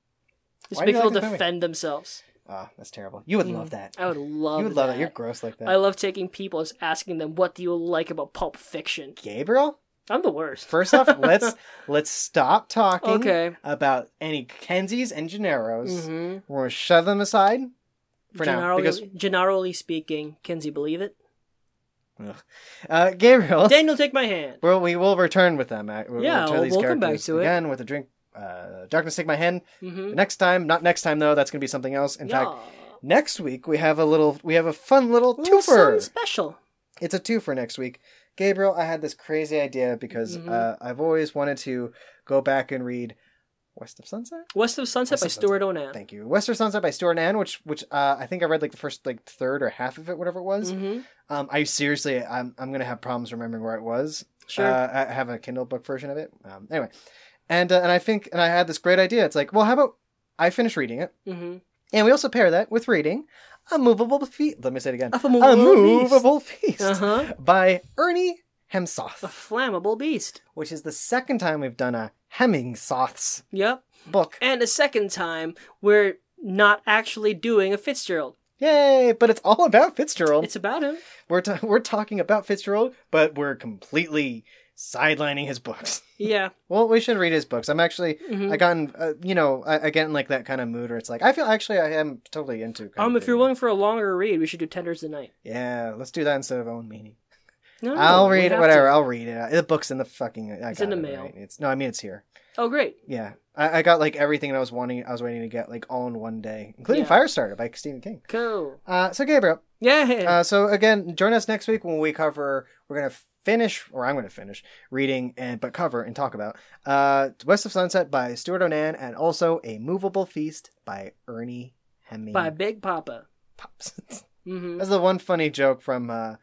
S2: just
S1: Why do
S2: make
S1: you like
S2: people
S1: this movie?
S2: defend themselves
S1: Ah, that's terrible. You would love that.
S2: Mm. I would love.
S1: You would love
S2: that.
S1: it. You're gross like that.
S2: I love taking people and just asking them, "What do you like about Pulp Fiction?"
S1: Gabriel.
S2: I'm the worst.
S1: First
S2: <laughs>
S1: off, let's let's stop talking
S2: Okay.
S1: about any Kenzies and Gennaros.
S2: Mm-hmm.
S1: We're gonna shove them aside for now
S2: generally,
S1: because
S2: generally speaking, Kenzie, believe it.
S1: uh, Gabriel.
S2: Daniel, take my hand.
S1: Well, we will return with them. uh, We'll
S2: Yeah,
S1: return
S2: we'll-
S1: these
S2: we'll come back
S1: characters
S2: to it.
S1: again with a drink. Uh, darkness take my hand.
S2: Mm-hmm.
S1: Next time, not next time though. That's gonna be something else. In fact,
S2: Yeah.
S1: next week we have a little, we have a fun little
S2: Ooh, something
S1: twofer.
S2: special.
S1: it's a two for next week. Gabriel, I had this crazy idea because
S2: Mhm.
S1: uh, I've always wanted to go back and read West of Sunset.
S2: West of Sunset
S1: West
S2: by
S1: of
S2: Stuart Onan.
S1: Thank you, Western Sunset by Stuart Nan, which which uh, I think I read like the first like third or half of it, whatever it was.
S2: hmm
S1: Um, I seriously, I'm I'm gonna have problems remembering where it was.
S2: Sure.
S1: Uh, I have a Kindle book version of it. Um, anyway, and uh, and I think and I had this great idea. It's like, well, how about I finish reading it,
S2: mm-hmm.
S1: and we also pair that with reading a movable feast. Let me say it again.
S2: A
S1: A
S2: movable beast.
S1: movable feast
S2: Uh-huh.
S1: by Ernie
S2: A
S1: Hemsoth,
S2: flammable beast.
S1: which is the second time we've done a Hemming Soth's
S2: Yep.
S1: book.
S2: And a second time, we're not actually doing a Fitzgerald.
S1: Yay! But it's all about Fitzgerald.
S2: It's about him.
S1: We're ta- we're talking about Fitzgerald, but we're completely sidelining his books.
S2: Yeah.
S1: Well, we should read his books. I'm actually
S2: Mhm.
S1: I gotten uh, you know I, I get in like that kind of mood where it's like I feel actually I am totally into. kind
S2: Um,
S1: of
S2: if you're
S1: reading.
S2: willing for a longer read, we should do Tenders the Night.
S1: yeah, let's do that instead of own meaning.
S2: No, no,
S1: I'll
S2: we
S1: read it.
S2: have
S1: Whatever,
S2: to.
S1: I'll read it. The book's in the fucking. I
S2: It's
S1: got
S2: in the
S1: it,
S2: mail.
S1: right? It's no, I mean it's here.
S2: Oh, great.
S1: Yeah, I, I got like everything that I was wanting. I was waiting to get like all in one day, including
S2: Yeah.
S1: Firestarter by Stephen King.
S2: Cool.
S1: Uh, so Gabriel,
S2: Yeah.
S1: Uh, so again, join us next week when we cover. We're gonna finish, or I'm gonna finish reading and but cover and talk about uh, "West of Sunset" by Stuart Onan, and also "A Movable Feast" by Ernie Hemming.
S2: By Big Papa.
S1: Pops. <laughs>
S2: Mm-hmm.
S1: That's the one funny joke from uh,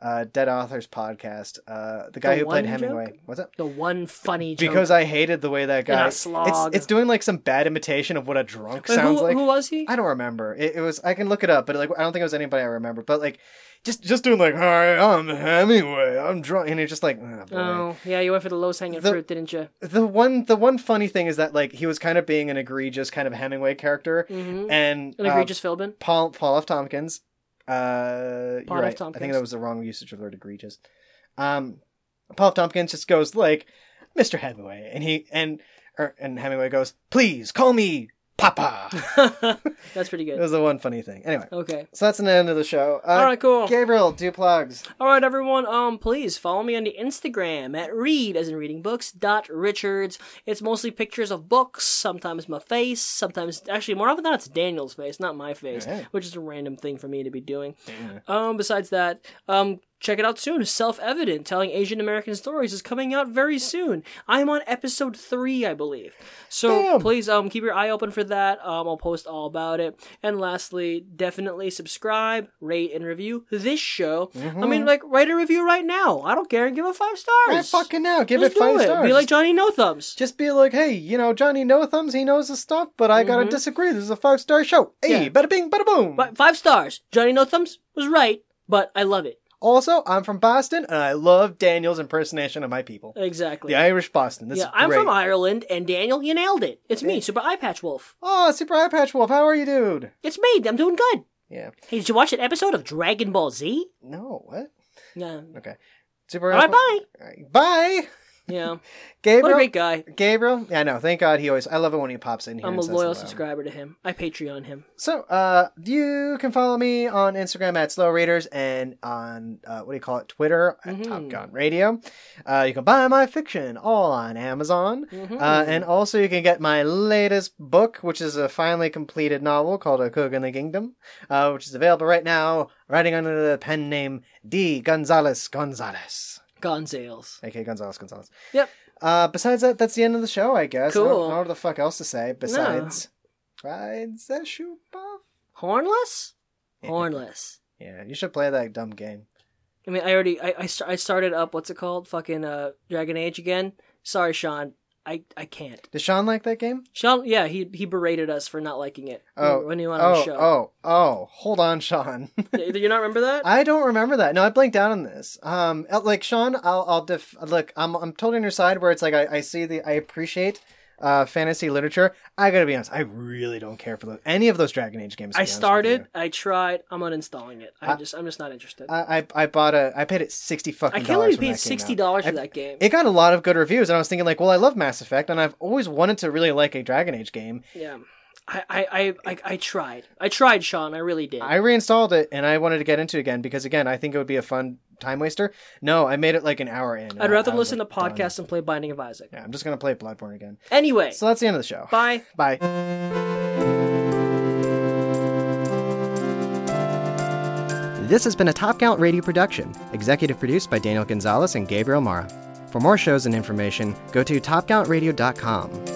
S1: uh, Dead Authors podcast. Uh, the guy
S2: The
S1: who played
S2: one
S1: Hemingway.
S2: joke?
S1: What's up?
S2: The one funny joke.
S1: Because I hated the way that
S2: And a
S1: guy.
S2: slog.
S1: It's it's doing like some bad imitation of what a drunk
S2: Wait,
S1: sounds
S2: who,
S1: like.
S2: who was he?
S1: I don't remember. It, it was I can look it up, but like I don't think it was anybody I remember. But like just just doing like hi, I'm Hemingway, I'm drunk, and it's just like ah, boy.
S2: Oh, yeah, you went for the lowest hanging
S1: The-
S2: fruit, didn't you?
S1: the one the one funny thing is that like he was kind of being an egregious kind of Hemingway character,
S2: Mm-hmm.
S1: and
S2: An
S1: uh,
S2: egregious Philbin. <laughs>
S1: Paul Paul F Tompkins. Uh,
S2: Paul
S1: you're right.
S2: F.
S1: I think
S2: Tompkins.
S1: that was the wrong usage of the word egregious. Um, Paul F. Tompkins just goes like Mr. Hemingway, and he and er, and Hemingway goes, please call me Papa.
S2: That's pretty
S1: it
S2: good.
S1: was the one funny thing. Anyway.
S2: Okay.
S1: So that's an end of the show. Uh,
S2: All right, cool.
S1: Gabriel, do plugs.
S2: All right, everyone. Um, please follow me on the Instagram at read as in reading books dot richards. It's mostly pictures of books. Sometimes my face. Sometimes actually more often than not, it's Daniel's face, not my face,
S1: Alright.
S2: which is a random thing for me to be doing. Um, besides that, um, check it out soon. Self evident telling Asian American stories is coming out very soon. I'm on episode three, I believe. So
S1: Damn.
S2: please um keep your eye open for that. Um, I'll post all about it. And lastly, definitely subscribe, rate, and review this show. I
S1: Mm-hmm.
S2: mean, like write a review right now. I don't care. Give it five stars.
S1: Right fucking now, give
S2: Just
S1: it five
S2: do it.
S1: stars.
S2: Be like Johnny No Thumbs.
S1: just be like, hey, you know Johnny No Thumbs, he knows his stuff, but I gotta disagree. This is a five star show. Hey,
S2: Mm-hmm. Yeah.
S1: bada bing, bada boom.
S2: Fi- Five stars. Johnny No Thumbs was right, but I love it
S1: Also, I'm from Boston, and I love Daniel's impersonation of my people,
S2: exactly.
S1: the Irish Boston. This
S2: yeah,
S1: is
S2: I'm
S1: great.
S2: from Ireland, and Daniel, you nailed it. It's me, Super Eye Patch Wolf.
S1: Oh, Super Eye Patch Wolf, how are you, dude?
S2: It's me. I'm doing good.
S1: Yeah.
S2: Hey, did you watch an episode of Dragon Ball Z?
S1: No, what?
S2: No.
S1: Okay. Super.
S2: All right, bye.
S1: bye. Bye,
S2: Yeah. What a
S1: Gabriel.
S2: great guy.
S1: Gabriel. Yeah, no. Thank God he always. I love it when he pops in here.
S2: I'm
S1: and
S2: a
S1: says
S2: loyal
S1: hello.
S2: subscriber to him. I Patreon him.
S1: So, uh, you can follow me on Instagram at Slow Readers and on, uh, what do you call it, Twitter at Top
S2: Mhm.
S1: Gun Radio. Uh, you can buy my fiction all on Amazon.
S2: Mhm.
S1: Uh, and also you can get my latest book, which is a finally completed novel called A Cook in the Kingdom, uh, which is available right now, writing under the pen name D. Gonzalez Gonzalez.
S2: Gonzales.
S1: A.K. Gonzalez Gonzalez.
S2: Yep.
S1: Uh, besides that, that's the end of the show, I guess. I
S2: Cool.
S1: don't know what the fuck else to say besides... Rides that shoe buff.
S2: Hornless?
S1: Yeah.
S2: Hornless.
S1: Yeah, you should play that dumb game.
S2: I mean, I already, I, I, st- I started up, what's it called? Fucking uh, Dragon Age again. Sorry, Sean. I, I can't.
S1: Does Sean like that game?
S2: Sean, yeah, he he berated us for not liking it
S1: Oh.
S2: when he went on
S1: Oh,
S2: the <laughs> show.
S1: oh, oh! Hold on, Sean.
S2: Do you not remember that?
S1: I don't remember that. No, I blanked out on this. Um, uh, like Sean, I'll, I'll def- look. I'm, I'm totally on your side. Where it's like I, I see the, I appreciate, uh, fantasy literature. I gotta be honest. I really don't care for those, any of those Dragon Age games. to be
S2: I
S1: honest with
S2: started,
S1: you.
S2: I tried, I'm uninstalling it. I'm
S1: I-
S2: just, I'm just not interested.
S1: I, I, I bought a. I paid it sixty
S2: I
S1: fucking.
S2: can't believe
S1: dollars
S2: you
S1: when
S2: paid
S1: that came out.
S2: sixty dollars for
S1: I-
S2: that game.
S1: It got a lot of good reviews, and I was thinking like, well, I love Mass Effect, and I've always wanted to really like a Dragon Age game.
S2: Yeah. I, I, I, I, I tried. I tried, Sean. I really did.
S1: I reinstalled it and I wanted to get into it again because again I think it would be a fun time waster. No, I made it like an hour in.
S2: I'd rather
S1: I was
S2: listen
S1: like,
S2: to
S1: done.
S2: podcasts and play Binding of Isaac.
S1: Yeah, I'm just gonna play Bloodborne again.
S2: Anyway,
S1: So that's the end of the show.
S2: bye.
S1: Bye. This has been a Top Count Radio production, executive produced by Daniel Gonzalez and Gabriel Mara. For more shows and information, go to topcountradio.com.